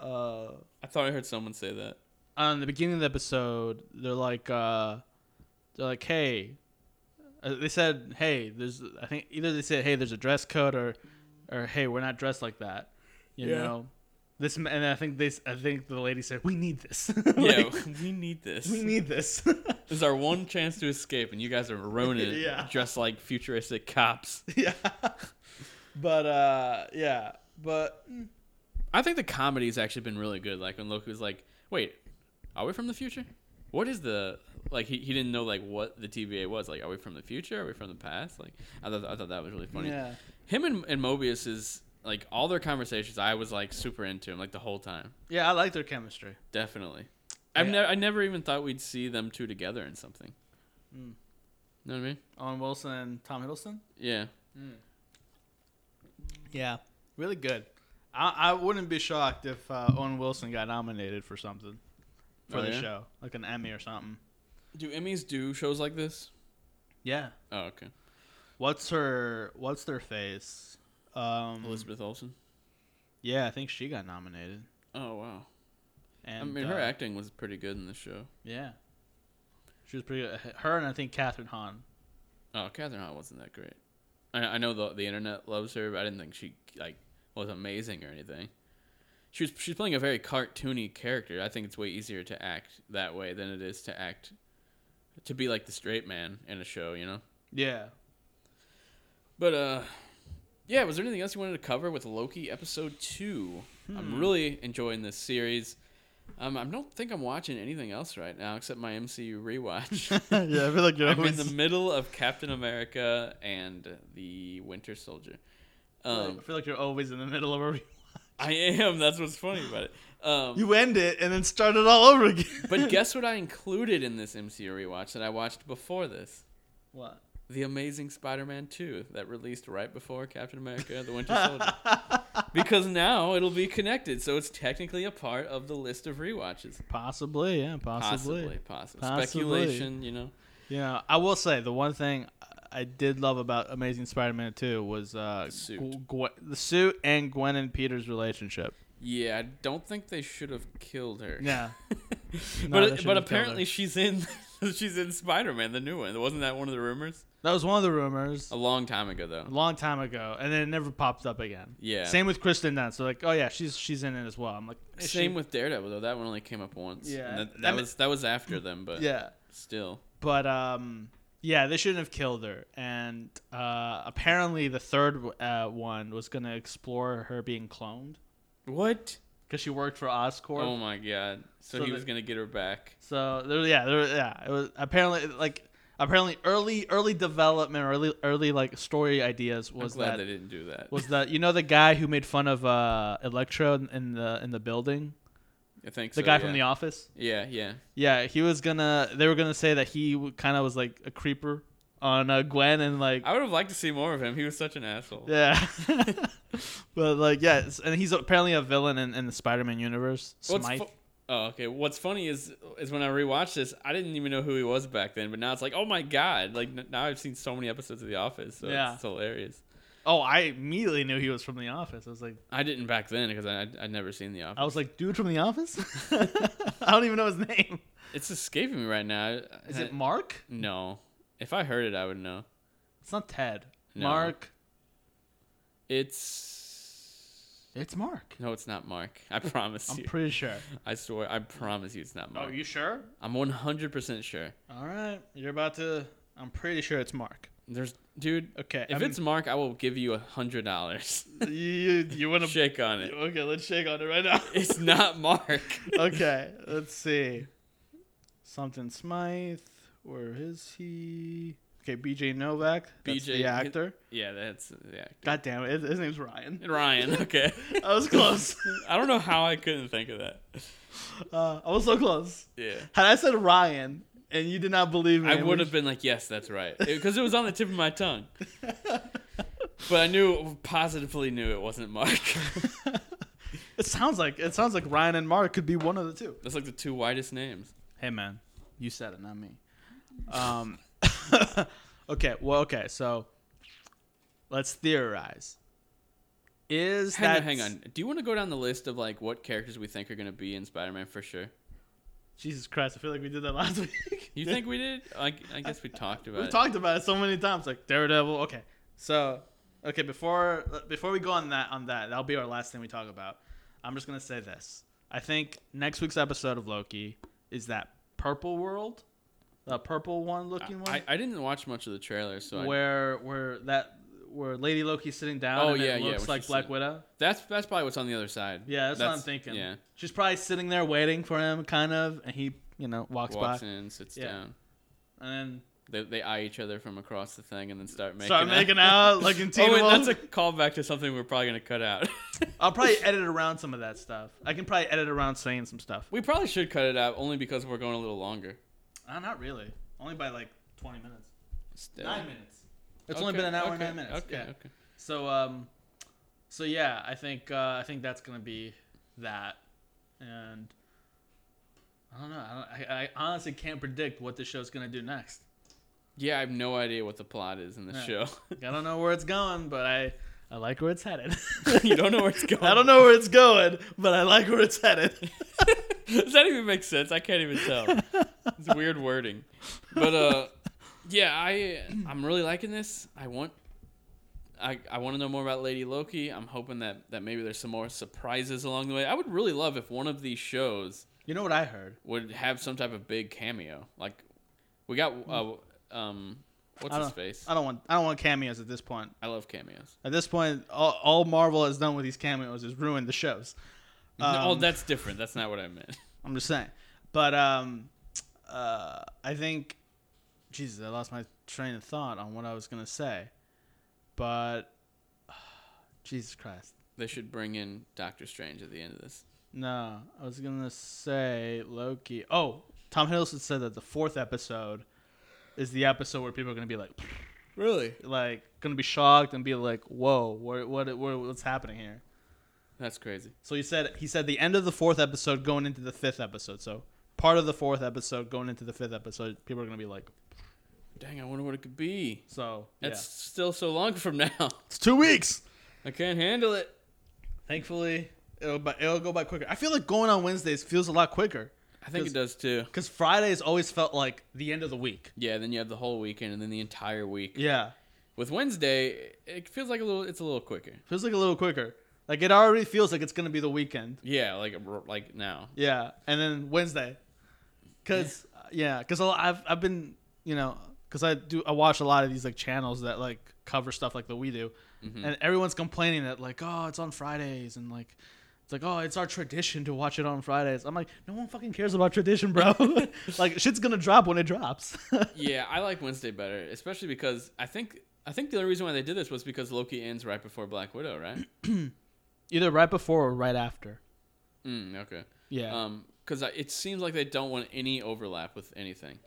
uh, I thought I heard someone say that. on the beginning of the episode, they're like, uh, they're like, hey, uh, they said, hey, there's, I think either they said, hey, there's a dress code, or, or hey, we're not dressed like that, you Yeah. know. This ma- and I think they, s- I think the lady said, we need this. Yeah, Like, we need this. we need this. This is our one chance to escape, and you guys are ruining it, Yeah. dressed like futuristic cops. yeah, but uh, yeah, but I think the comedy's actually been really good. Like when Loki's like, "Wait, are we from the future? What is the like?" He, he didn't know like what the TVA was. Like, are we from the future? Are we from the past? Like, I thought I thought that was really funny. yeah, Him and, and Mobius is like all their conversations. I was like super into him like the whole time. yeah, I like their chemistry. Definitely. I've Yeah. never I never even thought we'd see them two together in something. Mm. Know what I mean? Owen Wilson and Tom Hiddleston. Yeah. Yeah, really good. I, I wouldn't be shocked if uh, Owen Wilson got nominated for something for Oh, the yeah? show, like an Emmy or something. Do Emmys do shows like this? Yeah. Oh, okay. What's her? What's their face? Um, Elizabeth Olsen. Yeah, I think she got nominated. Oh wow. And I mean, uh, her acting was pretty good in the show. Yeah. She was pretty good. Her and I think Catherine Hahn. Oh, Catherine Hahn wasn't that great. I, I know the the internet loves her, but I didn't think she like was amazing or anything. She was she's playing a very cartoony character. I think it's way easier to act that way than it is to act to be like the straight man in a show, you know. Yeah. But uh yeah, was there anything else you wanted to cover with Loki episode 2? I'm really enjoying this series. Um, I don't think I'm watching anything else right now except my MCU rewatch. yeah, I feel like you're I'm in always. the middle of Captain America and the Winter Soldier. I Um, feel like you're always in the middle of a. Re- I am. That's what's funny about it. Um, you end it and then start it all over again. but guess what I included in this MCU rewatch that I watched before this? what? The Amazing Spider-Man 2 that released right before Captain America: The Winter Soldier. because now it'll be connected, so it's technically a part of the list of rewatches. Possibly, yeah, Possibly, possibly, Possibly. speculation. You know, Yeah, I will say the one thing I did love about Amazing Spider-Man 2 was uh, suit. Gw- Gw- the suit and Gwen and Peter's relationship. yeah, I don't think they should have killed her. Yeah, No, they but shouldn't but have killed apparently her. she's in she's in Spider-Man, the new one. Wasn't that one of the rumors? that was one of the rumors A a long time ago, though. long time ago, and then it never popped up again. Yeah. Same with Kristen Dunst. So like, oh yeah, she's she's in it as well. I'm like, is Same she- with Daredevil though. That one only came up once. Yeah. And that, I that mean- was that was after them, but yeah, still. but um, yeah, they shouldn't have killed her. And uh, apparently the third uh, one was gonna explore her being cloned What? because she worked for Oscorp. Oh my god! So, So he the- was gonna get her back. So there, yeah, there, yeah. It was apparently like apparently early, early development, early, early like story ideas was I'm glad that they didn't do that. was that you know the guy who made fun of uh Electro in- in the in the building, I think the so, guy yeah. from the office. Yeah, yeah. Yeah, he was gonna. They were gonna say that he kind of was like a creeper on uh, Gwen and like I would have liked to see more of him. He was such an asshole. yeah. But like yeah, it's- and he's apparently a villain in, in the Spider-Man universe. What's Smythe. fu- oh, okay. What's funny is is when I rewatched this, I didn't even know who he was back then, but now it's like, oh my god! Like n- now I've seen so many episodes of The Office, so Yeah. it's hilarious. oh, I immediately knew he was from The Office. I was like, I didn't back then because I I'd, I'd never seen The Office. I was like, dude from The Office? I don't even know his name. It's escaping me right now. Is I- it Mark? No. If I heard it, I would know. It's not Ted. No. Mark. It's It's Mark. no, it's not Mark. I promise I'm Oh, you. pretty sure. I swear, I promise you, it's not Mark. sure? I'm 100 percent sure. All right. You're about to. I'm pretty sure it's Mark. There's, dude. Okay. If I'm- it's Mark, I will give you a hundred dollars. you, you want to. Shake on it. Okay, let's shake on it right now. It's not Mark. okay, let's see. Something Smythe. Where is he? Okay, BJ Novak. That's BJ the actor. Yeah, that's yeah. God damn it, his- his name's Ryan. Ryan. Okay. I was close. I don't know how I couldn't think of that. Uh, I was so close. Yeah. Had I said Ryan and you did not believe me, I would have been like, yes, that's right, because it, was on the tip of my tongue. But I knew, positively knew it wasn't Mark. it sounds like it sounds like Ryan and Mark could be one of the two. That's like the two widest names. Hey man, you said it, not me. Um, okay, well, okay, so let's theorize. Is Hang that on, hang on. Do you want to go down the list of like what characters we think are gonna be in Spider-Man for sure? Jesus Christ, I feel like we did that last week. You think we did? I, I guess we talked about We've it. talked about it so many times, like Daredevil. Okay, so okay before before we go on that on that, that'll be our last thing we talk about. I'm just gonna say this. I think next week's episode of Loki is that purple world, the purple one looking one, I, I didn't watch much of the trailer, so I, where where that where Lady Loki's sitting down. Oh, and yeah, it yeah, looks what like she Black said. Widow. that's that's probably what's on the other side. Yeah, that's, what I'm thinking. Yeah, she's probably sitting there waiting for him, kind of, and he you know walks, walks by in, sits Yeah. down. and They, they eye each other from across the thing and then start then making start making out, like in Teen oh, wait, Wolf. that's a callback to something we're probably gonna cut out. I'll probably edit around some of that stuff. I can probably edit around saying some stuff. we probably should cut it out only because we're going a little longer. Uh, not really. Only by like 20 minutes. Still. Nine minutes. It's only been an hour and nine minutes. Okay, yeah. okay. So um, so yeah, I think uh, I think that's gonna be that, and I don't know. I, don't, I, I honestly can't predict what the show's gonna do next. Yeah, I have no idea what the plot is in the Yeah. show. Like, I don't know where it's going, but I I like where it's headed. you don't know where it's going. I don't know where it's going, but I like where it's headed. Does that even make sense? I can't even tell. It's weird wording. But uh yeah, I I'm really liking this. I want I, I want to know more about Lady Loki. I'm hoping that, that maybe there's some more surprises along the way. I would really love if one of these shows You know what I heard? would have some type of big cameo. Like we got uh, um Mm-hmm. what's I his don't, face? I don't want I don't want cameos at this point. I love cameos. At this point, all, all Marvel has done with these cameos is ruined the shows. Um, oh, that's different. That's not what I meant. I'm just saying. But um, uh, I think, Jesus, I lost my train of thought on what I was gonna say. But Jesus Christ, They should bring in Doctor Strange at the end of this. no, I was gonna say Loki. Oh, Tom Hiddleston said that the fourth episode is the episode where people are gonna be like, Really? like, gonna be shocked and be like, whoa, what, what, what what's happening here? That's crazy. So he said he said the end of the fourth episode going into the fifth episode. So part of the fourth episode going into the fifth episode, people are gonna be like, Dang, I wonder what it could be. so That's yeah. still so long from now. it's two weeks. I can't handle it. Thankfully, it'll bu- it'll go by quicker. I feel like going on Wednesdays feels a lot quicker I think it does too. because Fridays always felt like the end of the week. Yeah, then you have the whole weekend and then the entire week. Yeah, With Wednesday, it feels like a little. It's a little quicker. feels like a little quicker. Like it already feels like it's gonna be the weekend. Yeah, like r- like now. Yeah, and then Wednesday, cause yeah, because I've I've been you know because I do I watch a lot of these like channels that like cover stuff like that we do, and everyone's complaining that like oh it's on Fridays and like it's like oh it's our tradition to watch it on Fridays. I'm like no one fucking cares about tradition, bro. like shit's gonna drop when it drops. Yeah, I like Wednesday better, especially because I think I think the only reason why they did this was because Loki ends right before Black Widow, right? Either right before or right after. mm, okay. Yeah, Um, because it seems like they don't want any overlap with anything.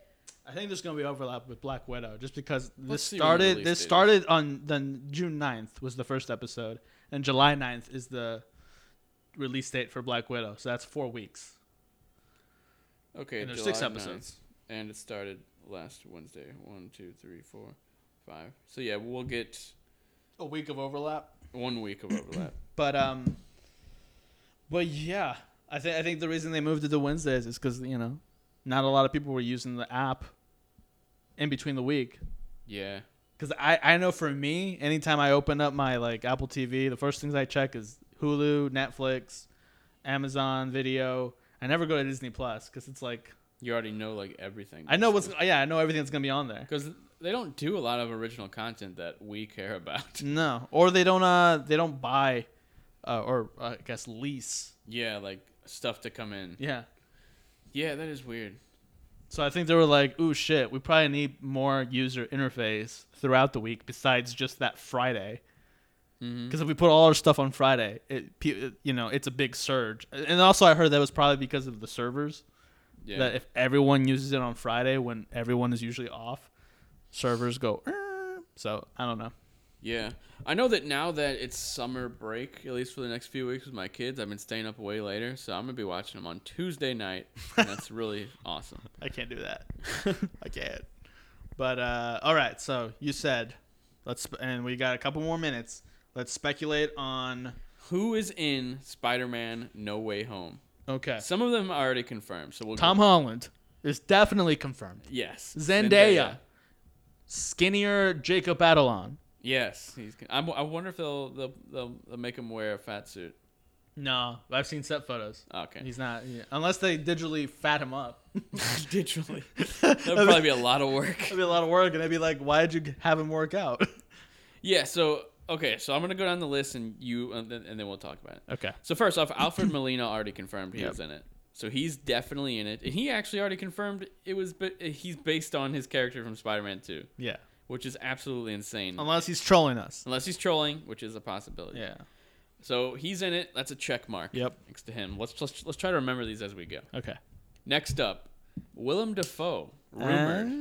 I think there's gonna be overlap with Black Widow just because this see when the started. release This date is. started on then June 9th was the first episode, and July 9th is the release date for Black Widow. So that's four weeks. Okay, And there's six July 9th. episodes. and it started last Wednesday. One, two, three, four, five. So yeah, we'll get A week of overlap. one week of overlap. But um, but yeah, I think I think the reason they moved it to Wednesdays is because you know, not a lot of people were using the app in between the week. yeah. Because I, I know for me, anytime I open up my like Apple TV, the first things I check is Hulu, Netflix, Amazon Video. I never go to Disney Plus because it's like You already know like everything. I know what's yeah I know everything that's gonna be on there. because they don't do a lot of original content that we care about. No, or they don't uh they don't buy, uh, or uh, I guess lease. yeah, like stuff to come in. Yeah. Yeah, that is weird. So I think they were like, "Ooh, shit, we probably need more user interface throughout the week besides just that Friday." Because if we put all our stuff on Friday, it pe- it- you know it's a big surge. And also, I heard that was probably because of the servers. Yeah. That if everyone uses it on Friday when everyone is usually off, servers go. "Er." So I don't know. Yeah. I know that now that it's summer break, at least for the next few weeks with my kids, I've been staying up way later, so I'm going to be watching them on Tuesday night. and that's really awesome. I can't do that. I can't. But uh, all right, so you said let's, sp- and we got a couple more minutes. Let's speculate on. Who is in Spider Man No Way Home? Okay, Some of them are already confirmed, so we'll Tom Holland is definitely confirmed. Yes. Zendaya, skinnier Jacob Adelon. Yes. He's con- I'm, I wonder if they'll, they'll, they'll, they'll make him wear a fat suit. No, I've seen set photos. Okay. He's not unless they digitally fat him up. digitally. That'd That would probably be a lot of work. that'd be a lot of work, and I'd be like, "Why would you have him work out?" Yeah, so okay, so I'm gonna go down the list and you and then, and then we'll talk about it. Okay. So first off, Alfred Molina already confirmed he Yep. was in it, so he's definitely in it, and he actually already confirmed it was. But he's based on his character from Spider-Man Two, Yeah. which is absolutely insane. Unless he's trolling us. Unless he's trolling, which is a possibility. Um, Yeah. So he's in it. That's a check mark. Yep. Next to him, let's let's, let's try to remember these as we go. Okay. Next up, Willem Dafoe. Rumored.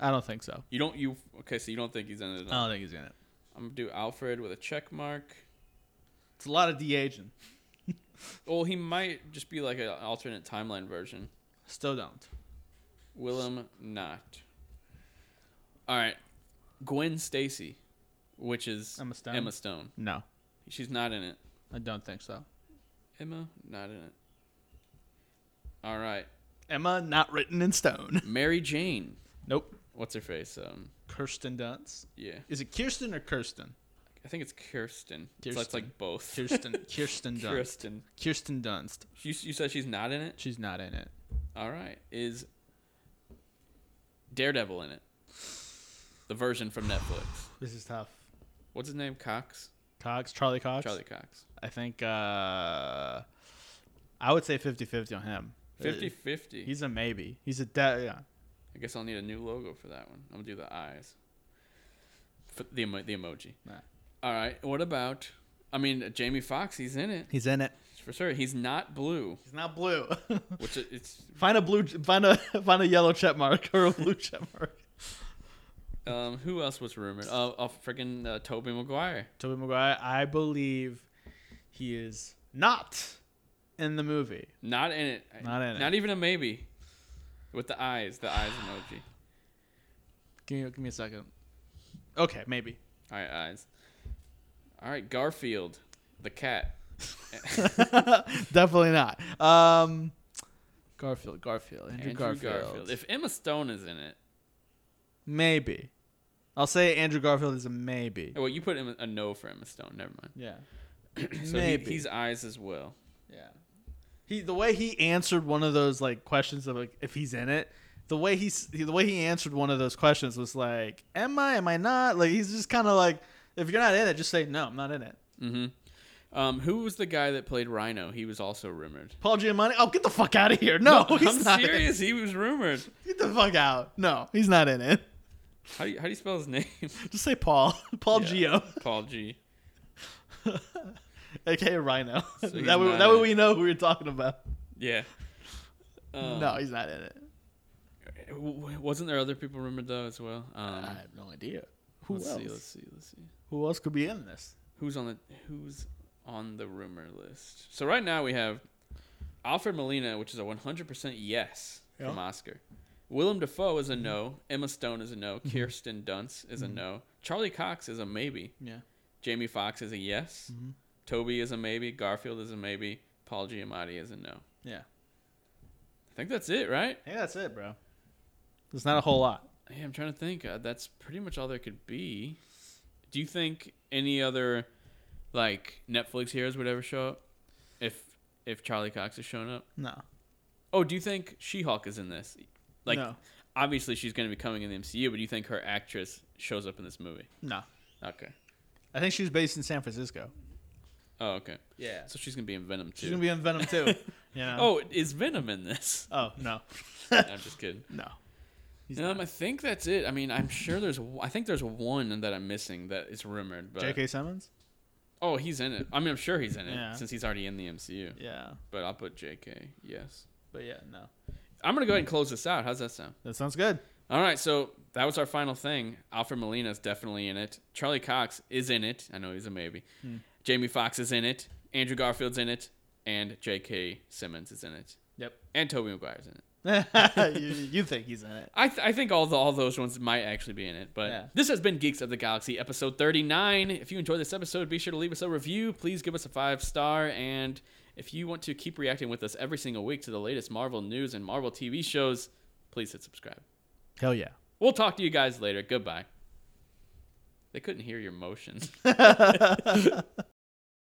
Uh, I don't think so. you don't you okay? So you don't think he's in it? At I all. don't think he's in it. I'm gonna do Alfred with a check mark. It's a lot of de aging. Well, he might just be like an alternate timeline version. Still don't. Willem not. All right, Gwen Stacy, which is Emma Stone? Emma Stone. No, She's not in it. I don't think so. Emma not in it. All right, Emma not written in stone. Mary Jane. Nope. What's her face? Um, Kirsten Dunst. yeah, Is it Kirsten or Kirsten? I think it's Kirsten. So it's like Kirsten. both. Kirsten. Kirsten Dunst. Kirsten. Kirsten Dunst. You, you said she's not in it. She's not in it. All right, is Daredevil in it? The version from Netflix. This is tough. What's his name? Cox. Cox, Charlie Cox. Charlie Cox. I think uh, I would say 50-50 on him. 50 Uh, 50. He's a maybe. He's a de- yeah. I guess I'll need a new logo for that one. I'm gonna do the eyes. For the emo- the emoji. Nah. All right. What about? I mean, uh, Jamie Foxx. He's in it He's in it. for sure. He's not blue, He's not blue. which i- it's find a blue. Find a find a yellow check mark or a blue check mark. um. Who else was rumored? Oh, oh freaking uh, Toby Maguire. Toby Maguire, I believe he is not in the movie. Not in it. Not in it. Not even a maybe. With the eyes, the eyes emoji. Give me, give me a second. Okay, maybe. All right, eyes. All right, Garfield, the cat. Definitely not. Um, Garfield, Garfield, Andrew, Andrew Garfield. If Emma Stone is in it, maybe. I'll say Andrew Garfield is a maybe. well, you put Emma, a no for Emma Stone. Never mind. Yeah. So he- maybe. he's eyes as well. yeah. He the way he answered one of those like questions of like if he's in it. The way he s- the way he answered one of those questions was like, "Am I? Am I not?" Like he's just kind of like, "If you're not in it, just say no, I'm not in it." Um, who was the guy that played Rhino? He was also rumored. Paul Giamatti? Oh, get the fuck out of here. No, Oh, he's I'm not in it. serious. He was rumored. Get the fuck out. No, he's not in it. How do you, how do you spell his name? Just say Paul. Paul Yeah. Geo. Paul G. AKA Rhino. he's that way, not that way in we know who we're talking about. Yeah. Um, no, he's not in it. w- w- Wasn't there other people rumored though as well? Um, I have no idea. Uh, Who let's else? see. Let's see. Let's see. Who else could be in this? Who's on the Who's on the rumor list? So right now we have Alfred Molina, which is a 100% yes from Yeah. Mm-hmm. Oscar. Willem Dafoe is a no. Emma Stone is a no. Kirsten Dunst is a no. Charlie Cox is a maybe. Yeah. Jamie Foxx is a yes. Mm-hmm. Toby is a maybe. Garfield is a maybe. Paul Giamatti is a no. I Yeah. think that's it, right? I think that's it, bro. There's not a whole lot. Yeah, I'm trying to think. Uh, that's pretty much all there could be. Do you think any other like Netflix heroes would ever show up if if Charlie Cox has shown up? No. Oh, do you think She-Hulk is in this? Like, No. obviously she's going to be coming in the MCU, but do you think her actress shows up in this movie? No. Okay. I think she was based in San Francisco. Oh, okay. Yeah. So she's going to be in Venom too. She's going to be in Venom too. yeah. oh, is Venom in this? Oh, no. I'm just kidding. No. He's Um, I think that's it. I mean, I'm sure there's. I think there's one that I'm missing that is rumored, but J.K. Simmons? oh, he's in it. I mean, I'm sure he's in it Yeah. since he's already in the MCU. Yeah. But I'll put J.K. Yes, But yeah, no. I'm gonna go ahead and close this out. How's that sound? That sounds good. All right, so that was our final thing. Alfred Molina is definitely in it. Charlie Cox is in it. I know he's a maybe. Hmm. Jamie Foxx is in it. Andrew Garfield's in it, and J.K. Simmons is in it, Yep. and Toby Maguire's in it. you, you think he's in it. I, th- I think all the, all those ones might actually be in it, but Yeah. this has been Geeks of the Galaxy episode 39. If you enjoyed this episode, be sure to leave us a review. Please give us a five star, and if you want to keep reacting with us every single week to the latest Marvel news and Marvel TV shows, please hit subscribe. Hell yeah. We'll talk to you guys later. Goodbye. They couldn't hear your motions.